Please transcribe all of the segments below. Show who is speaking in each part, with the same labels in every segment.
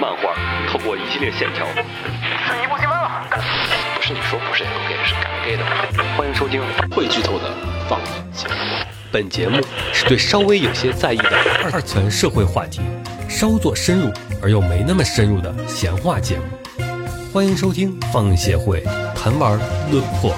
Speaker 1: 漫画透过一系列线条，
Speaker 2: 是一部新番了。
Speaker 1: 不是你说不是 gay 是敢 gay 的。欢迎收听会剧透的放映节目。本节目是对稍微有些在意的
Speaker 3: 二次元社会话题，稍作深入而又没那么深入的闲话节目。欢迎收听放映协会谈玩论破。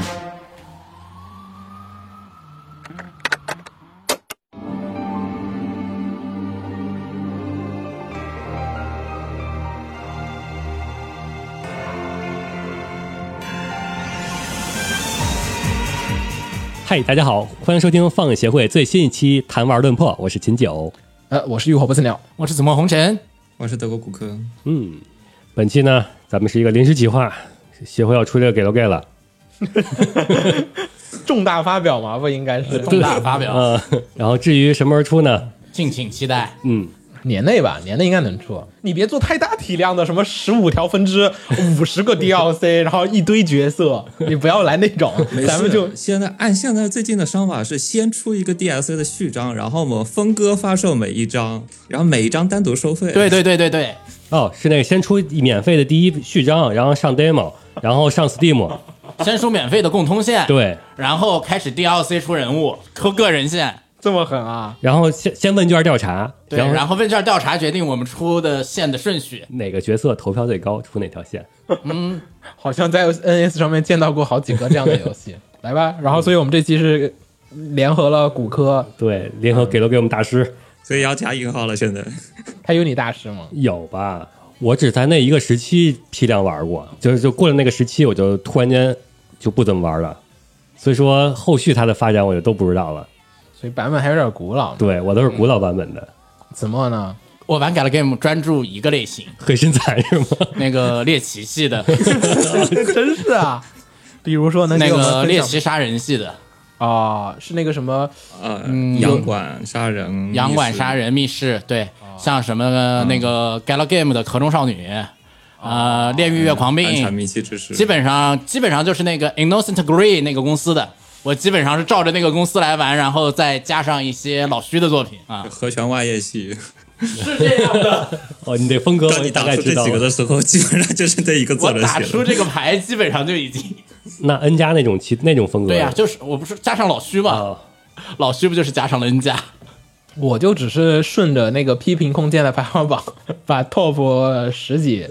Speaker 3: 嗨，大家好，欢迎收听放映协会最新一期《谈玩论破》，我是秦九。
Speaker 4: 呃，我是浴火不死鸟，
Speaker 5: 我是紫陌红尘，
Speaker 6: 我是德国骨科，
Speaker 3: 嗯，本期呢，咱们是一个临时企划，协会要出这个给了 gay 了。
Speaker 4: 重大发表嘛，不应该是
Speaker 5: 重大发表，
Speaker 3: 呃，然后至于什么时候出呢？
Speaker 5: 敬请期待。
Speaker 3: 嗯，
Speaker 4: 年内吧，年内应该能出。你别做太大体量的，什么十五条分支、五十个 DLC，然后一堆角色，你不要来那种，咱们就
Speaker 6: 现在按现在最近的商法是先出一个 DLC 的序章，然后我们分割发售每一章，然后每一章单独收费。
Speaker 5: 对对对对对，
Speaker 3: 哦，是那个先出免费的第一序章，然后上 demo，然后上 Steam，
Speaker 5: 先出免费的共通线，，
Speaker 3: 对，
Speaker 5: 然后开始 DLC 出人物，出个人线，
Speaker 4: 这么狠啊！
Speaker 3: 然后先先问卷调查，
Speaker 5: 对，
Speaker 3: 然后
Speaker 5: 然后问卷调查决定我们出的线的顺序。
Speaker 3: 哪个角色投票最高，出哪条线。
Speaker 4: 好像在 NS 上面见到过好几个这样的游戏，来吧。然后，所以我们这期是联合了骨科，
Speaker 3: 对，联合给了给我们大师
Speaker 6: 所以要加引号了。现在
Speaker 4: 还有你大师吗？
Speaker 3: 有吧？我只在那一个时期批量玩过，就是就过了那个时期，我就突然间就不怎么玩了。所以说后续它的发展我就都不知道了。
Speaker 4: 所以版本还有点古老。
Speaker 3: 对我都是古老版本的，
Speaker 4: 子墨呢？
Speaker 5: 我玩改了 game 专注一个类型，
Speaker 3: 黑身材是吗？
Speaker 5: 那个猎奇系的，
Speaker 4: 真是啊，比如说能
Speaker 5: 那
Speaker 4: 给我们
Speaker 5: 个
Speaker 4: 分
Speaker 5: 猎
Speaker 4: 享
Speaker 5: 奇杀人系的，
Speaker 4: 啊、是那个什么
Speaker 6: 啊，洋馆杀人，
Speaker 5: 洋馆杀
Speaker 6: 人，
Speaker 5: 人密室，对，像什么那个改了 game 的壳中少女，呃，炼狱月狂
Speaker 6: 安产
Speaker 5: 病，
Speaker 6: 密契之师，
Speaker 5: 嗯基本上基本上就是那个 Innocent Green 那个公司的，我基本上是照着那个公司来玩，然后再加上一些老徐的作品啊，
Speaker 6: 和泉外夜系。
Speaker 5: 是这样的。
Speaker 3: 哦，你这 风格
Speaker 6: 当
Speaker 3: 我
Speaker 6: 你
Speaker 3: 大
Speaker 6: 打
Speaker 3: 概
Speaker 6: 出
Speaker 3: 知
Speaker 6: 这
Speaker 3: 道
Speaker 6: 几个
Speaker 3: 了。
Speaker 6: 的时候，基本上就是这一个
Speaker 5: 我
Speaker 6: 作者
Speaker 5: 打
Speaker 6: 写
Speaker 5: 出
Speaker 6: 的。
Speaker 5: 这个牌，基本上就已经
Speaker 3: 那 N 加那种其那种风格，
Speaker 5: 对
Speaker 6: 啊
Speaker 5: 呀、就是我不是加上老徐嘛，
Speaker 3: 啊，
Speaker 5: 老徐不就是加上了 N 加？
Speaker 4: 我就只是顺着那个批评空间的排行榜， 把 top 十几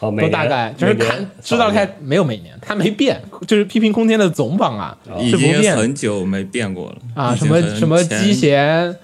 Speaker 3: 哦，每
Speaker 4: 都
Speaker 3: 年
Speaker 4: 大概就是
Speaker 3: 每年
Speaker 4: 看知道
Speaker 3: 扫一
Speaker 4: 看没有每年，它没变，就是批评空间的总榜啊
Speaker 6: 已
Speaker 4: 是不
Speaker 6: 经
Speaker 4: 变的
Speaker 6: 很久没变过了
Speaker 4: 啊，
Speaker 6: 已
Speaker 4: 什
Speaker 6: 经
Speaker 4: 么
Speaker 6: 很
Speaker 4: 什么
Speaker 6: 前
Speaker 4: 机弦，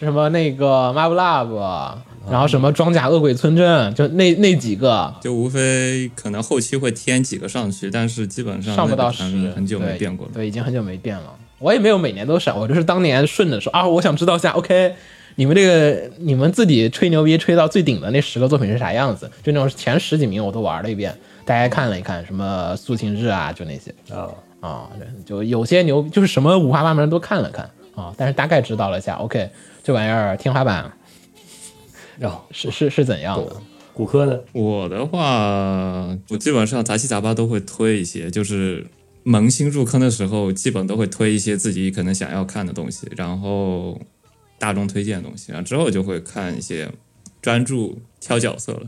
Speaker 4: 什么那个 Marvel
Speaker 6: 啊
Speaker 4: Lab，然后什么装甲恶鬼村镇，就那那几个
Speaker 6: 就无非可能后期会添几个上去，但是基本上
Speaker 4: 上不到
Speaker 6: 那个
Speaker 4: 十
Speaker 6: 产品，很久没变过了
Speaker 4: 对，。对，已经很久没变了。我也没有每年都闪，我就是当年顺着说啊，我想知道一下，OK，你们这个你们自己吹牛逼吹到最顶的那十个作品是啥样子？就那种前十几名我都玩了一遍，大家看了一看，什么苏秦日啊，就那些
Speaker 3: 遍啊，
Speaker 4: 啊，就有些牛就是什么五花八门都看了看啊，但是大概知道了一下，OK，这玩意儿天花板
Speaker 3: 然后
Speaker 4: 是是是怎样的？
Speaker 3: 骨科呢？
Speaker 6: 我的话，我基本上杂七杂八都会推一些，就是萌新入坑的时候，基本都会推一些自己可能想要看的东西，然后大众推荐的东西，啊然后之后就会看一些专注挑角色了。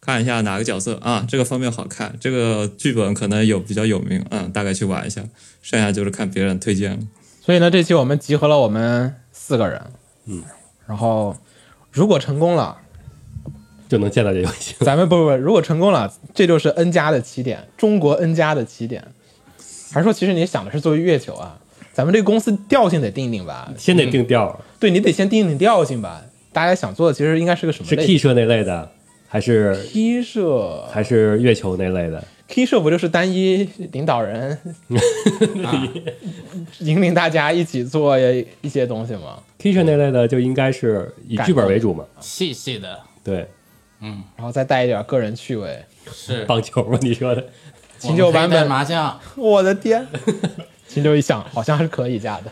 Speaker 6: 看一下哪个角色啊，这个方面好看，这个剧本可能有比较有名，嗯，大概去玩一下，剩下就是看别人推荐了。
Speaker 4: 所以呢，这期我们集合了我们四个人，嗯，然后如果成功了。
Speaker 3: 就能见到这游戏。
Speaker 4: 咱们不不不，如果成功了，这就是 N 加的起点，中国 N 加的起点。还是说，其实你想的是作为月球啊？咱们这个公司调性得定定吧，
Speaker 3: 先得定调，
Speaker 4: 对你得先定定调性吧。大家想做的其实应该是个什么
Speaker 3: 是
Speaker 4: 类
Speaker 3: T 社那类的，还是
Speaker 4: T 社
Speaker 3: 还是月球那类的？
Speaker 4: ，T 社不就是单一领导人、啊引领大家一起做一些东西吗？
Speaker 3: T 社那类的就应该是以剧本为主嘛，
Speaker 5: 细细的，
Speaker 3: 对，
Speaker 4: 然后再带一点个人趣味。
Speaker 5: 是
Speaker 3: 棒球嘛，你说的，
Speaker 4: 秦九版
Speaker 5: 我们可以带
Speaker 4: 本，
Speaker 5: 麻将，啊
Speaker 4: 我的 天！秦九一想，好像是可以加的。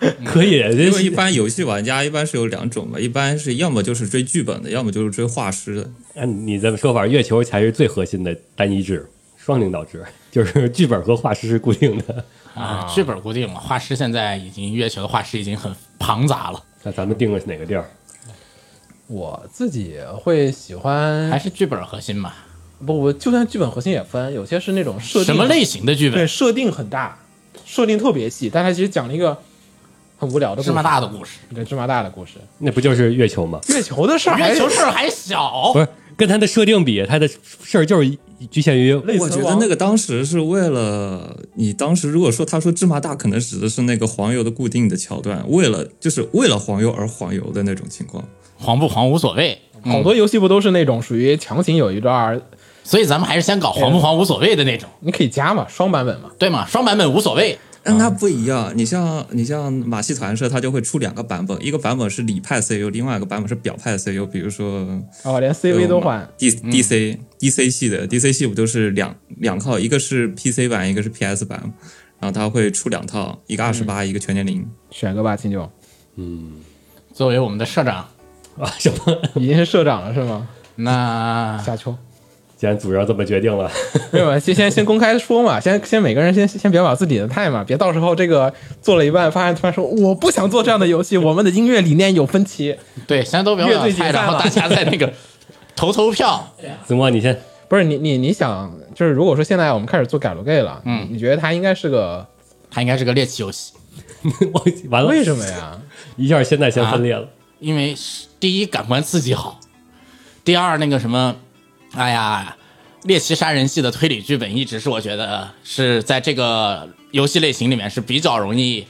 Speaker 4: 嗯
Speaker 3: 可以，
Speaker 6: 因为一
Speaker 3: 这
Speaker 6: 般游戏玩家一般是有两种嘛，一般是要么就是追剧本的，要么就是追画师的。
Speaker 3: 按嗯你这么说法，月球才是最核心的单一制，双领导制，就是 剧本和画师是固定的。
Speaker 5: 啊，剧本固定了，画师现在已经月球的画师已经很庞杂了。
Speaker 3: 那咱们定个哪个地儿？
Speaker 4: 我自己会喜欢，
Speaker 5: 还是剧本核心嘛？
Speaker 4: 不，我就算剧本核心也分，有些是那种设定
Speaker 5: 什么类型的剧
Speaker 4: 对
Speaker 5: 本？
Speaker 4: 设定很大，设定特别细，但它其实讲了一个很无聊的故事
Speaker 5: 芝麻大的故事，
Speaker 4: 对芝麻大的故事，
Speaker 3: 那不就是月球吗？
Speaker 4: 月球的事儿还，
Speaker 5: 月球事儿还小
Speaker 3: 不，是，跟它的设定比，它的事儿就是局限于
Speaker 4: 类
Speaker 6: 我
Speaker 4: 似
Speaker 6: 觉得那个当时是为了你当时如果说他说芝麻大，可能指的是那个黄油的固定的桥段，为了就是为了黄油而黄油的那种情况。
Speaker 5: 黄不黄无所谓。
Speaker 4: 好多游戏不都是那种属于强行有一段儿，
Speaker 5: 所以咱们还是先搞黄不黄无所谓的那种，
Speaker 4: 你可以加嘛，双版本嘛，
Speaker 5: 对吗？双版本无所谓，
Speaker 6: 但那不一样，你像你像马戏团社，它就会出两个版本，一个版本是里派 CU，另外一个版本是表派 CU，比如说
Speaker 4: 哦，连 CV 都换，
Speaker 6: D D C D C 系的 D C 系不就是两两套，一个是 P C 版，一个是 P S 版，然后它会出两套，一个二十八，一个全年龄。
Speaker 4: 选个吧，秦 九，
Speaker 5: 作为我们的社长，
Speaker 3: 啊什么？
Speaker 4: 已经是社长了是吗？
Speaker 5: 那
Speaker 4: 夏秋，
Speaker 3: 既然组织上这么决定了，
Speaker 4: 没有，先先先公开说嘛，先先每个人先先表表自己的态嘛，别到时候这个做了一半，发现突然说我不想做这样的游戏，我们的音乐理念有分歧，
Speaker 5: 对，先都表
Speaker 4: 乐队
Speaker 5: 表
Speaker 4: 解散
Speaker 5: 态，然后
Speaker 4: 了
Speaker 5: 大家在那个 投投票，
Speaker 3: 子墨你 先
Speaker 4: 不是你你你想，就是如果说现在我们开始做改罗 gay 了，嗯，你觉得它应该是个
Speaker 5: 它应该是个猎奇游戏，
Speaker 3: 我完
Speaker 5: 嗯
Speaker 3: 了，
Speaker 4: 为什么呀？
Speaker 3: 一下现在先分裂了？
Speaker 5: 因为是第一感官刺激好，第二那个什么，哎呀，猎奇杀人系的推理剧本一直是我觉得是在这个游戏类型里面是比较容易，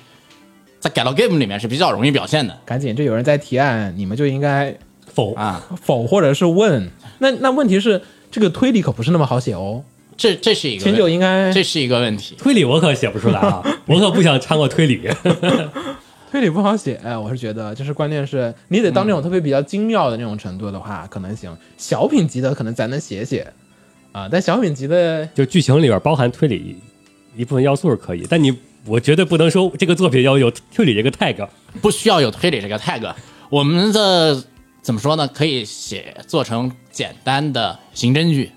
Speaker 5: 在改到 game 里面是比较容易表现的
Speaker 4: 赶紧，这有人在提案，你们就应该
Speaker 3: 否
Speaker 5: 啊。
Speaker 4: 否或者是问。那那问题是，这个推理可不是那么好写哦。
Speaker 5: 这这是一个
Speaker 4: 秦九
Speaker 5: 问，
Speaker 4: 应该
Speaker 5: 这是一个问题。
Speaker 3: 推理我可写不出来 啊，我可不想掺和推理。
Speaker 4: 推理不好写，我是觉得，就是关键是你得到那种特别比较精妙的那种程度的话，可能行。小品级的可能咱能写写啊，但小品级的
Speaker 3: 就剧情里边包含推理一部分要素是可以，但你我绝对不能说这个作品要有推理这个 tag。
Speaker 5: 不需要有推理这个 tag。我们的怎么说呢？可以写做成简单的刑侦剧，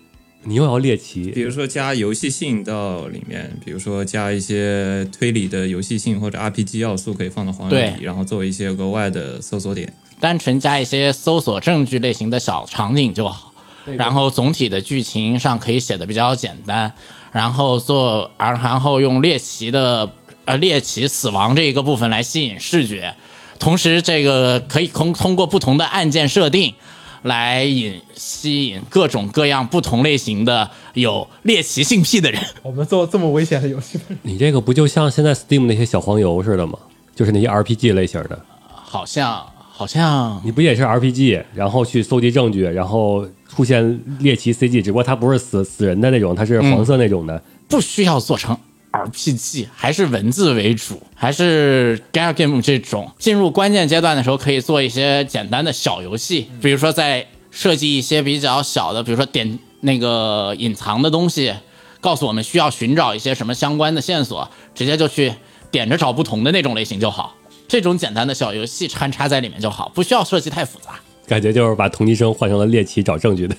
Speaker 3: 你又要猎
Speaker 6: 比
Speaker 3: 奇，
Speaker 6: 如说加游戏性到里面，比如说加一些推理的游戏性或者 RPG 要素可以放到黄油
Speaker 5: 对
Speaker 6: 里，然后作为一些额外的搜索点。
Speaker 5: 单纯加一些搜索证据类型的小场景就好。然后总体的剧情上可以写的比较简单，然后做而然后用猎奇的呃猎奇死亡这一个部分来吸引视觉，同时这个可以通通过不同的案件设定。来引吸引各种各样不同类型的有猎奇性癖的人，
Speaker 4: 我们做这么危险的游戏，
Speaker 3: 你这个不就像现在 Steam 那些小黄油似的吗？就是那些 RPG 类型的，
Speaker 5: 好像好像
Speaker 3: 你不也是 RPG，然后去搜集证据，然后出现猎奇 CG，只不过它不是死死人的那种，它是黄色那种的。
Speaker 5: 不需要做成 RPG，还是文字为主，还是 Gal Game 这种。进入关键阶段的时候，可以做一些简单的小游戏，比如说在设计一些比较小的，比如说点那个隐藏的东西，告诉我们需要寻找一些什么相关的线索，直接就去点着找不同的那种类型就好。这种简单的小游戏穿插在里面就好，不需要设计太复杂。
Speaker 3: 感觉就是把同级生换成了猎奇找证据的，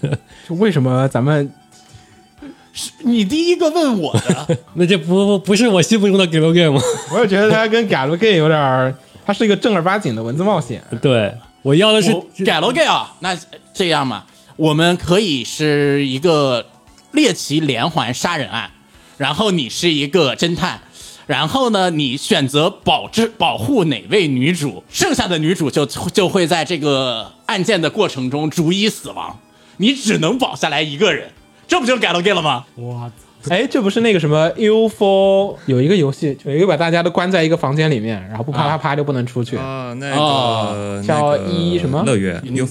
Speaker 4: 就为什么咱们
Speaker 5: 你第一个问我的，
Speaker 3: 那这不不不是我心目中的 Game Game 吗？
Speaker 4: 我也觉得它跟 g a l g a 有点儿，它是一个正儿八经的文字冒险。
Speaker 3: 对我要的是
Speaker 5: 我改了改啊，那这样嘛，我们可以是一个猎奇连环杀人案，然后你是一个侦探，然后呢，你选择保质保护哪位女主，剩下的女主就就会在这个案件的过程中逐一死亡，你只能保下来一个人，这不就改了改了吗？
Speaker 4: 哎，这不是那个什么 UFO 有一个游戏，有一个把大家都关在一个房间里面，然后不啪啪啪就不能出去啊
Speaker 6: 啊，那
Speaker 5: 哦
Speaker 6: 个
Speaker 4: 叫一什么
Speaker 6: 乐园 Euphoria，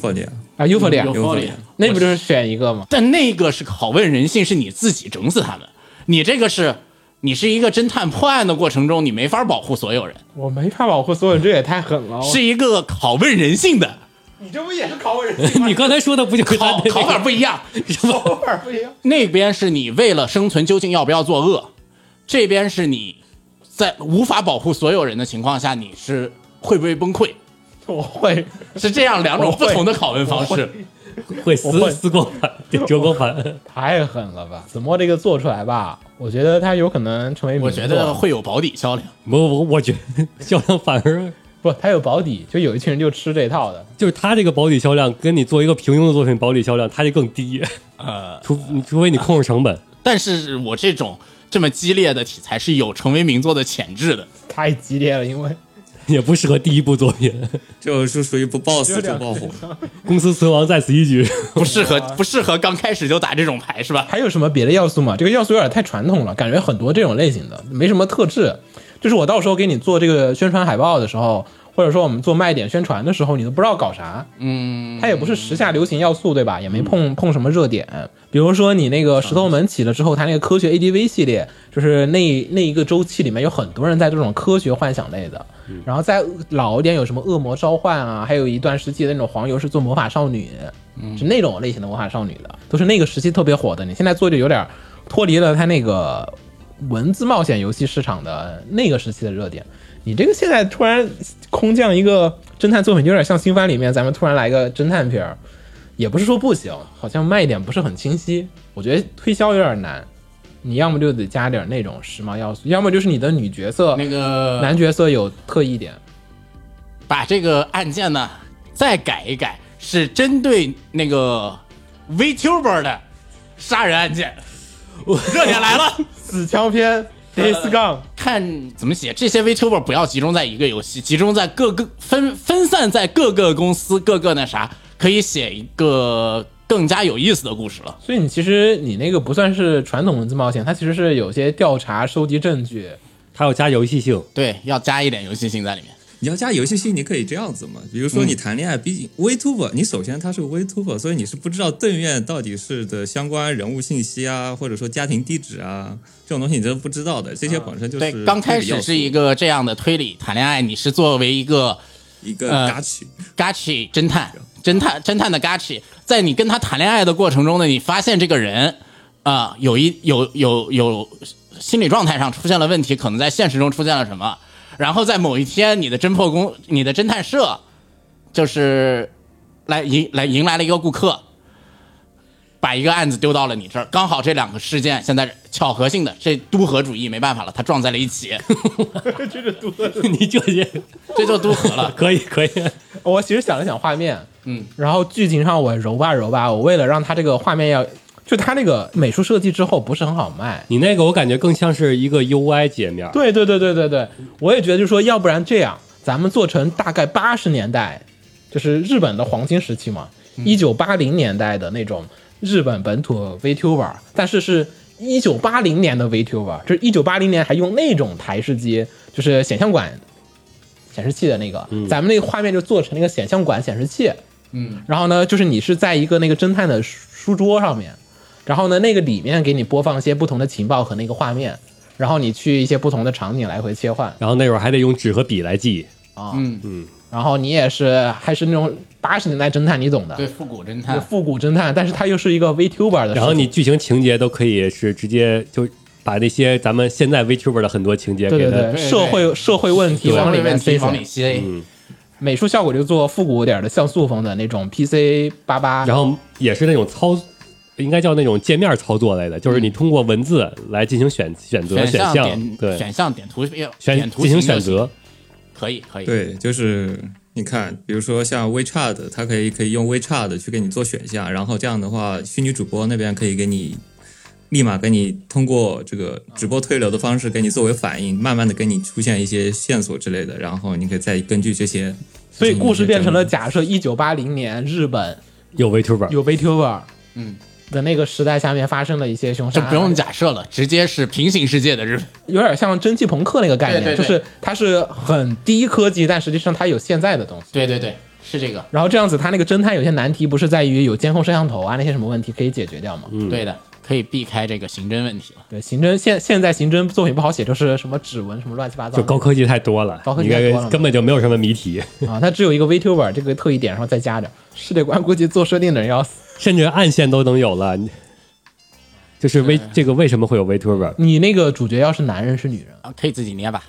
Speaker 4: UFO 里啊
Speaker 5: 有道理，
Speaker 4: 那不就是选一个吗？
Speaker 5: 但那个是拷问人性，是你自己整死他们。你这个是，你是一个侦探破案的过程中，你没法保护所有人，
Speaker 4: 我没法保护所有人，这也太狠了。
Speaker 5: 是一个拷问人性的
Speaker 4: 你这不也是拷问人性
Speaker 3: 你刚才说的不 就是他
Speaker 5: 拷
Speaker 3: 那
Speaker 5: 拷法不一样。
Speaker 4: 拷问不一样？
Speaker 5: 那边是你为了生存究竟要不要作恶，这边是你在无法保护所有人的情况下，你是会不会崩 溃？
Speaker 4: 我会，
Speaker 5: 是这样两种
Speaker 4: 我会
Speaker 5: 不同的拷问方式。
Speaker 3: 会
Speaker 4: 我
Speaker 3: 撕
Speaker 4: 会
Speaker 3: 撕光 盘、折光盘？
Speaker 4: 太狠了吧？子墨这个做出来吧，我觉得他有可能成为名
Speaker 5: 我
Speaker 4: 作
Speaker 5: 觉得会有保底销量。
Speaker 3: 我我我觉得销量反而
Speaker 4: 不，它有保底，就有一群人就吃这套的。
Speaker 3: 就是它这个保底销量跟你做一个平庸的作品保底销量，它就更低，
Speaker 5: 呃，
Speaker 3: 除你除非你控制成 本。
Speaker 5: 但是我这种这么激烈的题材是有成为名作的潜质的。
Speaker 4: 太激烈了，因为
Speaker 3: 也不适合第一部作品，
Speaker 6: 就是属于不爆死就爆红。
Speaker 3: 公司存亡在此一 举。
Speaker 5: 不 适合不适合刚开始就打这种牌是吧？
Speaker 4: 还有什么别的要素吗？这个要素有点太传统了，感觉很多这种类型的没什么特质。就是我到时候给你做这个宣传海报的时候，或者说我们做卖点宣传的时候，你都不知道搞啥。嗯，它也不是时下流行要素，对吧？也没碰碰什么热点。比如说你那个石头门起了之后，它那个科学 ADV 系列，就是那那一个周期里面有很多人在这种科学幻想类的。然后再老一点有什么恶魔召唤啊，还有一段时期的那种黄油是做魔法少女，是那种类型的魔法少女的，都是那个时期特别火的。你现在做就有点脱离了它那个文字冒险游戏市场的那个时期的热点。你这个现在突然空降一个侦探作品，有点像新番里面咱们突然呃来个侦探片儿，也不是说不行，好像卖点不是很清晰。我觉得推销有点难，你要么就得加点那种时髦要素，要么就是你的女角色、
Speaker 5: 那个
Speaker 4: 男角色有特异点。
Speaker 5: 把这个案件呢再改一改，是针对那个 VTuber 的杀人案件。 热点来了，
Speaker 4: 死枪篇 Days Gone，
Speaker 5: 看怎么写。这些 VTuber 不要集中在一个游戏，集中在各个分分散在各个公司、各个那啥，可以写一个更加有意思的故事了。
Speaker 4: 所以你其实你那个不算是传统文字冒险，它其实是有些调查、收集证据。
Speaker 3: 它要加游戏性，
Speaker 5: 对，要加一点游戏性在里面。
Speaker 6: 你要加游戏性，你可以这样子嘛？比如说
Speaker 5: 嗯
Speaker 6: 你谈恋爱，毕竟 VTuber，你首先他是 VTuber，所以你是不知道邓院到底是的相关人物信息啊，或者说家庭地址啊这种东西你都不知道的。这些本身就是
Speaker 5: 嗯对，刚开
Speaker 6: 推理要
Speaker 5: 始
Speaker 6: 素
Speaker 5: 是一个这样的推理谈恋爱，你是作为一个
Speaker 6: 一个
Speaker 5: 呃
Speaker 6: 嘎曲，
Speaker 5: Gachi 侦探，侦探侦探的 Gachi，在你跟他谈恋爱的过程中呢，你发现这个人啊、有一有有有心理状态上出现了问题，可能在现实中出现了什么，然后在某一天，你的侦破工，你的侦探社就是来迎来迎来了一个顾客。把一个案子丢到了你这儿，刚好这两个事件现在巧合性的，这都合主义没办法了，它撞在了一起，
Speaker 3: 你这些
Speaker 5: 这就都合 了。
Speaker 3: 可以可以。
Speaker 4: 我其实想了想画面，
Speaker 5: 嗯，
Speaker 4: 然后剧情上我揉吧揉吧，我为了让它这个画面要，就它那个美术设计之后不是很好卖。
Speaker 3: 你那个我感觉更像是一个 UI 界面，
Speaker 4: 对对对对对对，我也觉得就是说，要不然这样，咱们做成大概八十年代，就是日本的黄金时期嘛，一九八零年代的那种日本本土 VTuber，但是是一九八零年的 VTuber，就是一九八零年还用那种台式机，就是显像管显示器的那个，咱们那个画面就做成那个显像管显示器。嗯，然后呢，就是你是在一个那个侦探的书书桌上面，然后呢，那个里面给你播放一些不同的情报和那个画面，然后你去一些不同的场景来回切换
Speaker 3: 然后那会儿还得用纸和笔来记。
Speaker 4: 啊。
Speaker 5: 嗯
Speaker 4: 嗯，然后你也是还是那种八十年代侦探，你懂的，
Speaker 5: 对，复古侦
Speaker 4: 就
Speaker 5: 探，
Speaker 4: 复古侦探，但是它又是一个 VTuber 的视角。
Speaker 3: 然后你剧情情节都可以是直接就把那些咱们现在 VTuber 的很多情节
Speaker 4: 对
Speaker 3: 给
Speaker 4: 对
Speaker 3: 它
Speaker 4: 对，社会社会问题往
Speaker 5: 往
Speaker 4: 里
Speaker 5: 里
Speaker 4: 面
Speaker 5: 面
Speaker 4: 塞
Speaker 5: 塞，
Speaker 4: 水
Speaker 5: 往里塞。
Speaker 4: 美术效果就做复古点儿的像素风的那种 PC 八八，
Speaker 3: 然后也是那种操，应该叫那种界面操作类
Speaker 4: 嗯
Speaker 3: 的，就是你通过文字来进行选选择选
Speaker 5: 项
Speaker 3: 项，
Speaker 5: 点
Speaker 3: 对，
Speaker 5: 选项点图片
Speaker 3: 选
Speaker 5: 点图
Speaker 3: 进行
Speaker 5: 形
Speaker 3: 选
Speaker 5: 就行
Speaker 3: 择，
Speaker 5: 可以可以。
Speaker 6: 对，就是你看，比如说像 WeChat，它可以可以用 WeChat 去给你做选项，然后这样的话，虚拟主播那边可以给你立马给你通过这个直播推流的方式给你作为反应，慢慢的给你出现一些线索之类的，然后你可以再根据这些，
Speaker 4: 所以故事变成了假设一九八零年日本
Speaker 3: 有 VTuber，
Speaker 4: 有 VTuber，
Speaker 5: 嗯。
Speaker 4: 的那个时代下面发生了一些凶杀
Speaker 5: 这
Speaker 4: 案，
Speaker 5: 不用假设了，直接是平行世界的日本。
Speaker 4: 有点像蒸汽朋克那个概念，
Speaker 5: 对对对
Speaker 4: 就是它是很低科技，但实际上它有现在的东西。
Speaker 5: 对对对，是这个，
Speaker 4: 然后这样子，它那个侦探有些难题不是在于有监控摄像头啊那些什么问题可以解决掉吗？
Speaker 3: 嗯
Speaker 5: 对的，可以避开这个刑侦问题了。
Speaker 4: 对，刑侦现现在刑侦作品不好写，就是什么指纹什么乱七八糟
Speaker 3: 就
Speaker 4: 的，
Speaker 3: 高科技太多了，
Speaker 4: 高科技
Speaker 3: 应该
Speaker 4: 太多了嘛
Speaker 3: 根本就没有什么谜题，
Speaker 4: 啊，它只有一个 VTuber 这个特异点，然后再加点世界观，估计做设定的人要死。
Speaker 3: 甚至暗线都能有了。你就是为这个为什么会有
Speaker 5: 啊
Speaker 3: VTuber？
Speaker 4: 你那个主角要是男人是女人，
Speaker 5: 啊，可以自己捏吧，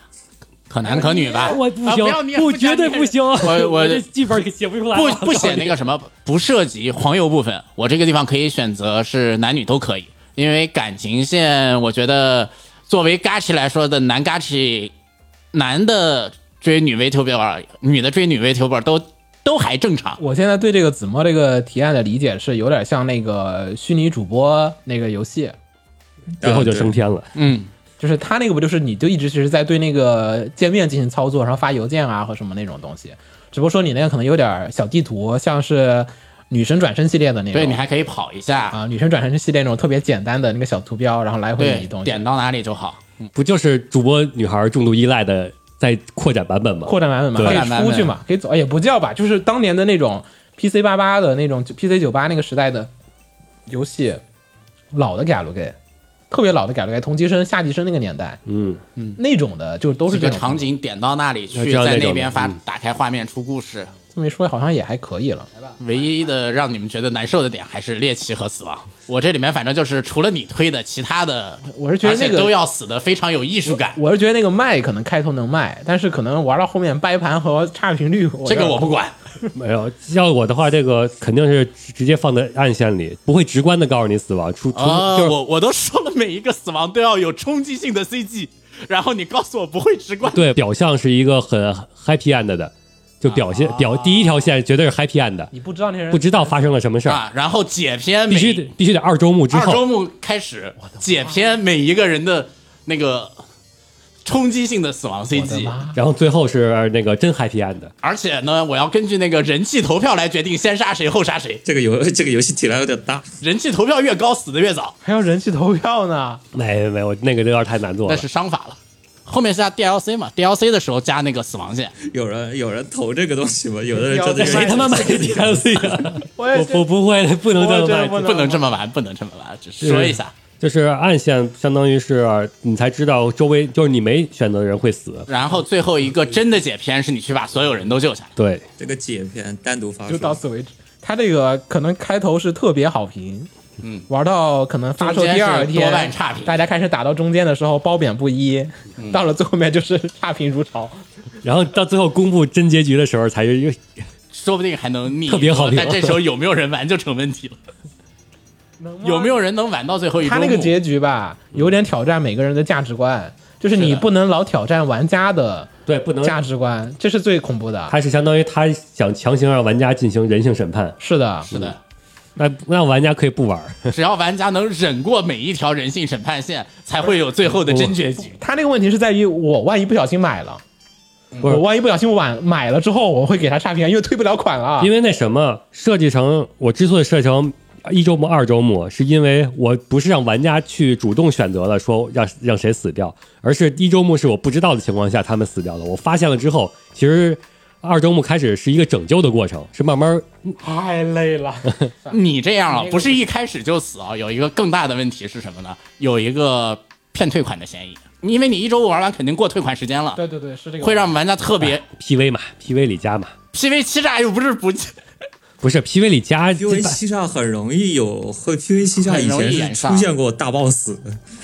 Speaker 5: 可男可女吧。
Speaker 3: 我
Speaker 5: 啊
Speaker 3: 不
Speaker 5: 不
Speaker 3: 行
Speaker 5: 要捏，
Speaker 3: 不
Speaker 5: 加
Speaker 3: 绝对
Speaker 5: 捏
Speaker 3: 不行，
Speaker 5: 我我
Speaker 3: 这剧本给写不出来，
Speaker 5: 不不写那个什么，不涉及黄油部分。我这个地方可以选择是男女都可以，因为感情线，我觉得作为嘎奇来说的男嘎奇，男的追女 VTuber，女的追女 VTuber 都都还正常。
Speaker 4: 我现在对这个子墨这个提案的理解是，有点像那个虚拟主播那个游戏，
Speaker 3: 最后就升
Speaker 6: 生
Speaker 3: 天了。
Speaker 5: 嗯，
Speaker 4: 就是他那个不就是你就一直是在对那个界面进行操作，然后发邮件啊和什么那种东西，只不过说你那个可能有点小地图，像是女神转身系列的那种，
Speaker 5: 对你还可以跑一下，
Speaker 4: 啊女神转身系列那种特别简单的那个小图标，然后来回
Speaker 5: 对
Speaker 4: 移动，，
Speaker 5: 点到哪里就好。
Speaker 3: 不就是主播女孩重度依赖的在扩展版本吗？
Speaker 4: 扩展版本嘛，
Speaker 3: 对
Speaker 4: 可
Speaker 5: 扩展版
Speaker 4: 以
Speaker 5: 本
Speaker 4: 出去嘛，可以走，哎也不叫吧，就是当年的那种 PC 八八的那种 PC 九八那个时代的游戏，老的 g a l g a 特别老的 g a l g a 同级生、下级生那个年代，
Speaker 3: 嗯，
Speaker 4: 那种的就都是这
Speaker 5: 这个
Speaker 4: 种
Speaker 5: 场。景点到那里
Speaker 3: 我
Speaker 5: 去，
Speaker 3: 知道
Speaker 5: 在
Speaker 3: 那种
Speaker 5: 那边发
Speaker 3: 嗯
Speaker 5: 打开画面出故事。
Speaker 4: 这么一说，好像也还可以了。
Speaker 5: 唯一的让你们觉得难受的点还是猎奇和死亡。我这里面反正就是除了你推的，其他的
Speaker 4: 我是觉得
Speaker 5: 而且
Speaker 4: 那个
Speaker 5: 都要死的非常有艺术 感。
Speaker 4: 我是觉得那个卖可能开头能卖，但是可能玩到后面掰盘和差评率，
Speaker 5: 这个我不管，
Speaker 3: 没有。要我的话，这个肯定是直直接放在暗线里，不会直观的告诉你死亡，除除
Speaker 5: 啊、
Speaker 3: 就是
Speaker 5: 我我都说了，每一个死亡都要有冲击性的 CG，然后你告诉我不会直观，
Speaker 3: 对表象是一个很 happy end 的，就表
Speaker 5: 啊
Speaker 3: 现表第一条线绝对是 happy end 的，
Speaker 4: 你不知道那人
Speaker 3: 不知道发生了什么事儿，
Speaker 5: 啊，然后解篇每
Speaker 3: 必须得必须得二周目之
Speaker 5: 二周
Speaker 3: 后，
Speaker 5: 目开始解篇每一个人的那个冲击性的死亡
Speaker 4: 我的
Speaker 5: CG，
Speaker 4: 妈，
Speaker 3: 然后最后是那个真 happy end 的。
Speaker 5: 而且呢，我要根据那个人气投票来决定先杀谁后杀谁，
Speaker 6: 这个游这个游戏体量有点大，
Speaker 5: 人气投票越高死的越早，
Speaker 4: 还要人气投票呢，
Speaker 3: 没没我那个有点太难做
Speaker 5: 那
Speaker 3: 了。
Speaker 5: 是商法了。后面是加 DLC 嘛，DLC 的时候加那个死亡线，
Speaker 6: 有人有人投这个东西吗？有的人真
Speaker 4: 要
Speaker 6: 的
Speaker 3: 哎谁他妈买 DLC 啊？我不不会，不能这
Speaker 4: 我觉得
Speaker 3: 么
Speaker 4: 不
Speaker 3: 卖
Speaker 4: 能。
Speaker 5: 不能这么玩，不能这么玩，只是说一下。
Speaker 3: 就是暗线，相当于是啊你才知道周围就是你没选择的人会死。
Speaker 5: 然后最后一个真的解篇是你去把所有人都救下来，
Speaker 3: 对，
Speaker 6: 这个解篇单独发
Speaker 4: 就到
Speaker 6: 售，
Speaker 4: 此为止。他这个可能开头是特别好评，嗯，玩到可能发售第二
Speaker 5: 中间是
Speaker 4: 天
Speaker 5: 多半差评嗯
Speaker 4: 大家开始打到中间的时候褒贬不一，到了最后面就是差评如潮。
Speaker 3: 然后到最后公布真结局的时候，才是一个
Speaker 5: 说不定还能逆
Speaker 3: 特别好评
Speaker 5: 但这时候有没有人玩就成问题了， 有没有人能玩到最后一周
Speaker 4: 他
Speaker 5: 目？
Speaker 4: 那个结局吧，有点挑战每个人的价值观，就是
Speaker 5: 嗯是
Speaker 4: 你
Speaker 5: 的
Speaker 4: 不能老挑战玩家的
Speaker 3: 对不能，
Speaker 4: 价值观，这是最恐怖的。
Speaker 3: 他是相当于他想强行让玩家进行人性审判，
Speaker 4: 是的，
Speaker 5: 是的，
Speaker 3: 那让玩家可以不玩。
Speaker 5: 只要玩家能忍过每一条人性审判线，才会有最后的真结局。
Speaker 4: 他那个问题是在于我万一不小心买了，
Speaker 5: 嗯
Speaker 3: 不是
Speaker 4: 我万一不小心晚买了之后，我会给他差评，因为退不了款啊了。
Speaker 3: 因为那什么设计成，我之所以设计成一周目、二周目，是因为我不是让玩家去主动选择了说让让谁死掉，而是一周目是我不知道的情况下他们死掉了，我发现了之后，其实二周目开始是一个拯救的过程，是慢慢
Speaker 4: 太累 了，
Speaker 5: 你这样啊，不是一开始就死啊，有一个更大的问题是什么呢？有一个骗退款的嫌疑，因为你一周玩完肯定过退款时间了，
Speaker 4: 对对对，是这个
Speaker 5: 会让玩家特别
Speaker 3: PV 嘛，PV 里加嘛，
Speaker 5: PV 欺诈，又不是不
Speaker 3: 不是 PV 里加
Speaker 6: PV 欺诈很容易有，会 PV 欺诈以前是出现过大 boss，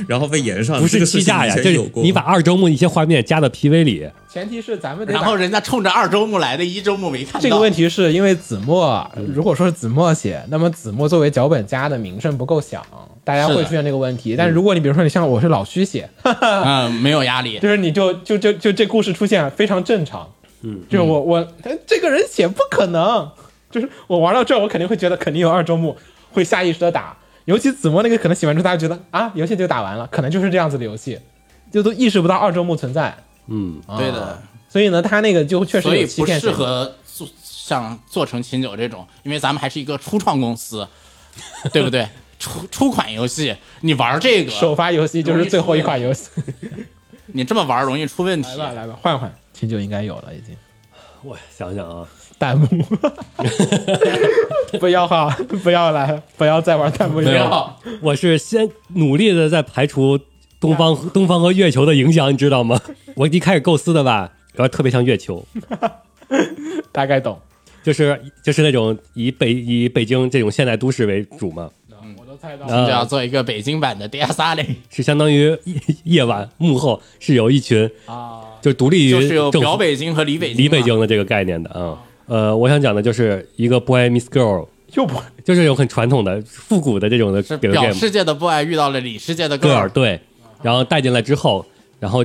Speaker 6: 然后被延上，
Speaker 3: 不
Speaker 6: 这
Speaker 3: 是
Speaker 6: 个事
Speaker 3: 欺
Speaker 6: 情
Speaker 3: 诈
Speaker 6: 以
Speaker 3: 呀，
Speaker 6: 前
Speaker 3: 就
Speaker 6: 有
Speaker 3: 是
Speaker 6: 过
Speaker 3: 你把二周目一些画面加到 PV 里，
Speaker 4: 前提是咱们得把
Speaker 5: 然后人家冲着二周目来的，一周目没看到
Speaker 4: 这个问题是因为子墨，如果说是子墨写，那么子墨作为脚本家的名声不够响，大家
Speaker 5: 是
Speaker 4: 会
Speaker 5: 的
Speaker 4: 出现这个问题。但如果你比如说你像我是老徐写，
Speaker 5: 嗯，没有压力。
Speaker 4: 就是你就就就就这故事出现非常正常，嗯，就是我我哎这个人写不可能，就是我玩到这儿，我肯定会觉得肯定有二周目，会下意识的打，尤其子墨那个可能写完之后，大家觉得啊，游戏就打完了，可能就是这样子的游戏，就都意识不到二周目存在，
Speaker 3: 嗯，
Speaker 4: 啊
Speaker 5: 对的，
Speaker 4: 所以呢，他那个就确实
Speaker 5: 所以
Speaker 4: 有欺
Speaker 5: 不
Speaker 4: 骗
Speaker 5: 适
Speaker 4: 性。
Speaker 5: 合做像做成秦九这种，因为咱们还是一个初创公司，对不对？ 初初款游戏，你玩这
Speaker 4: 首
Speaker 5: 个，
Speaker 4: 发游戏就是最后一款游戏，
Speaker 5: 你这么玩容易出问题
Speaker 4: 来。 吧来吧，换换，秦九应该有了已经。
Speaker 3: 我想想啊，
Speaker 4: 弹幕， 不要哈，不要来，不要再玩弹幕游
Speaker 5: 不
Speaker 4: 戏。
Speaker 5: 要，
Speaker 3: 我是先努力的在排除东方、东方和月球的影响，你知道吗？我一开始构思的吧，然后特别像月球，
Speaker 4: 大概懂。
Speaker 3: 就是就是那种以北以北京这种现代都市为主嘛，
Speaker 4: 我都猜到
Speaker 3: 了
Speaker 5: 就要做一个北京版的 DS 零，
Speaker 3: 是相当于夜晚幕后是有一群
Speaker 4: 啊，
Speaker 3: 就独立于
Speaker 5: 就是有
Speaker 3: 政
Speaker 5: 表
Speaker 3: 府
Speaker 5: 北京和里北京嘛。
Speaker 3: 离北京的这个概念的啊。呃，我想讲的就是一个 boy miss girl，
Speaker 4: 又不
Speaker 3: 就是有很传统的复古的这种的
Speaker 5: 是
Speaker 3: girl
Speaker 5: 表
Speaker 3: game 啊
Speaker 5: 世界的 boy 遇到了里世界的
Speaker 3: 戈
Speaker 5: girl，
Speaker 3: 尔对，然后带进来之后，然后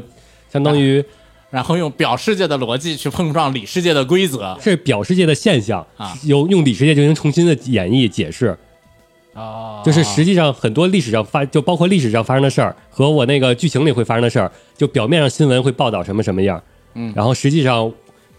Speaker 3: 相当于
Speaker 5: 然后用表世界的逻辑去碰撞里世界的规则。
Speaker 3: 这是表世界的现象
Speaker 5: 啊，
Speaker 3: 由用里世界进行重新的演绎解释。
Speaker 4: 啊，
Speaker 3: 就是实际上很多历史上发，就包括历史上发生的事儿和我那个剧情里会发生的事儿，就表面上新闻会报道什么什么样，嗯，然后实际上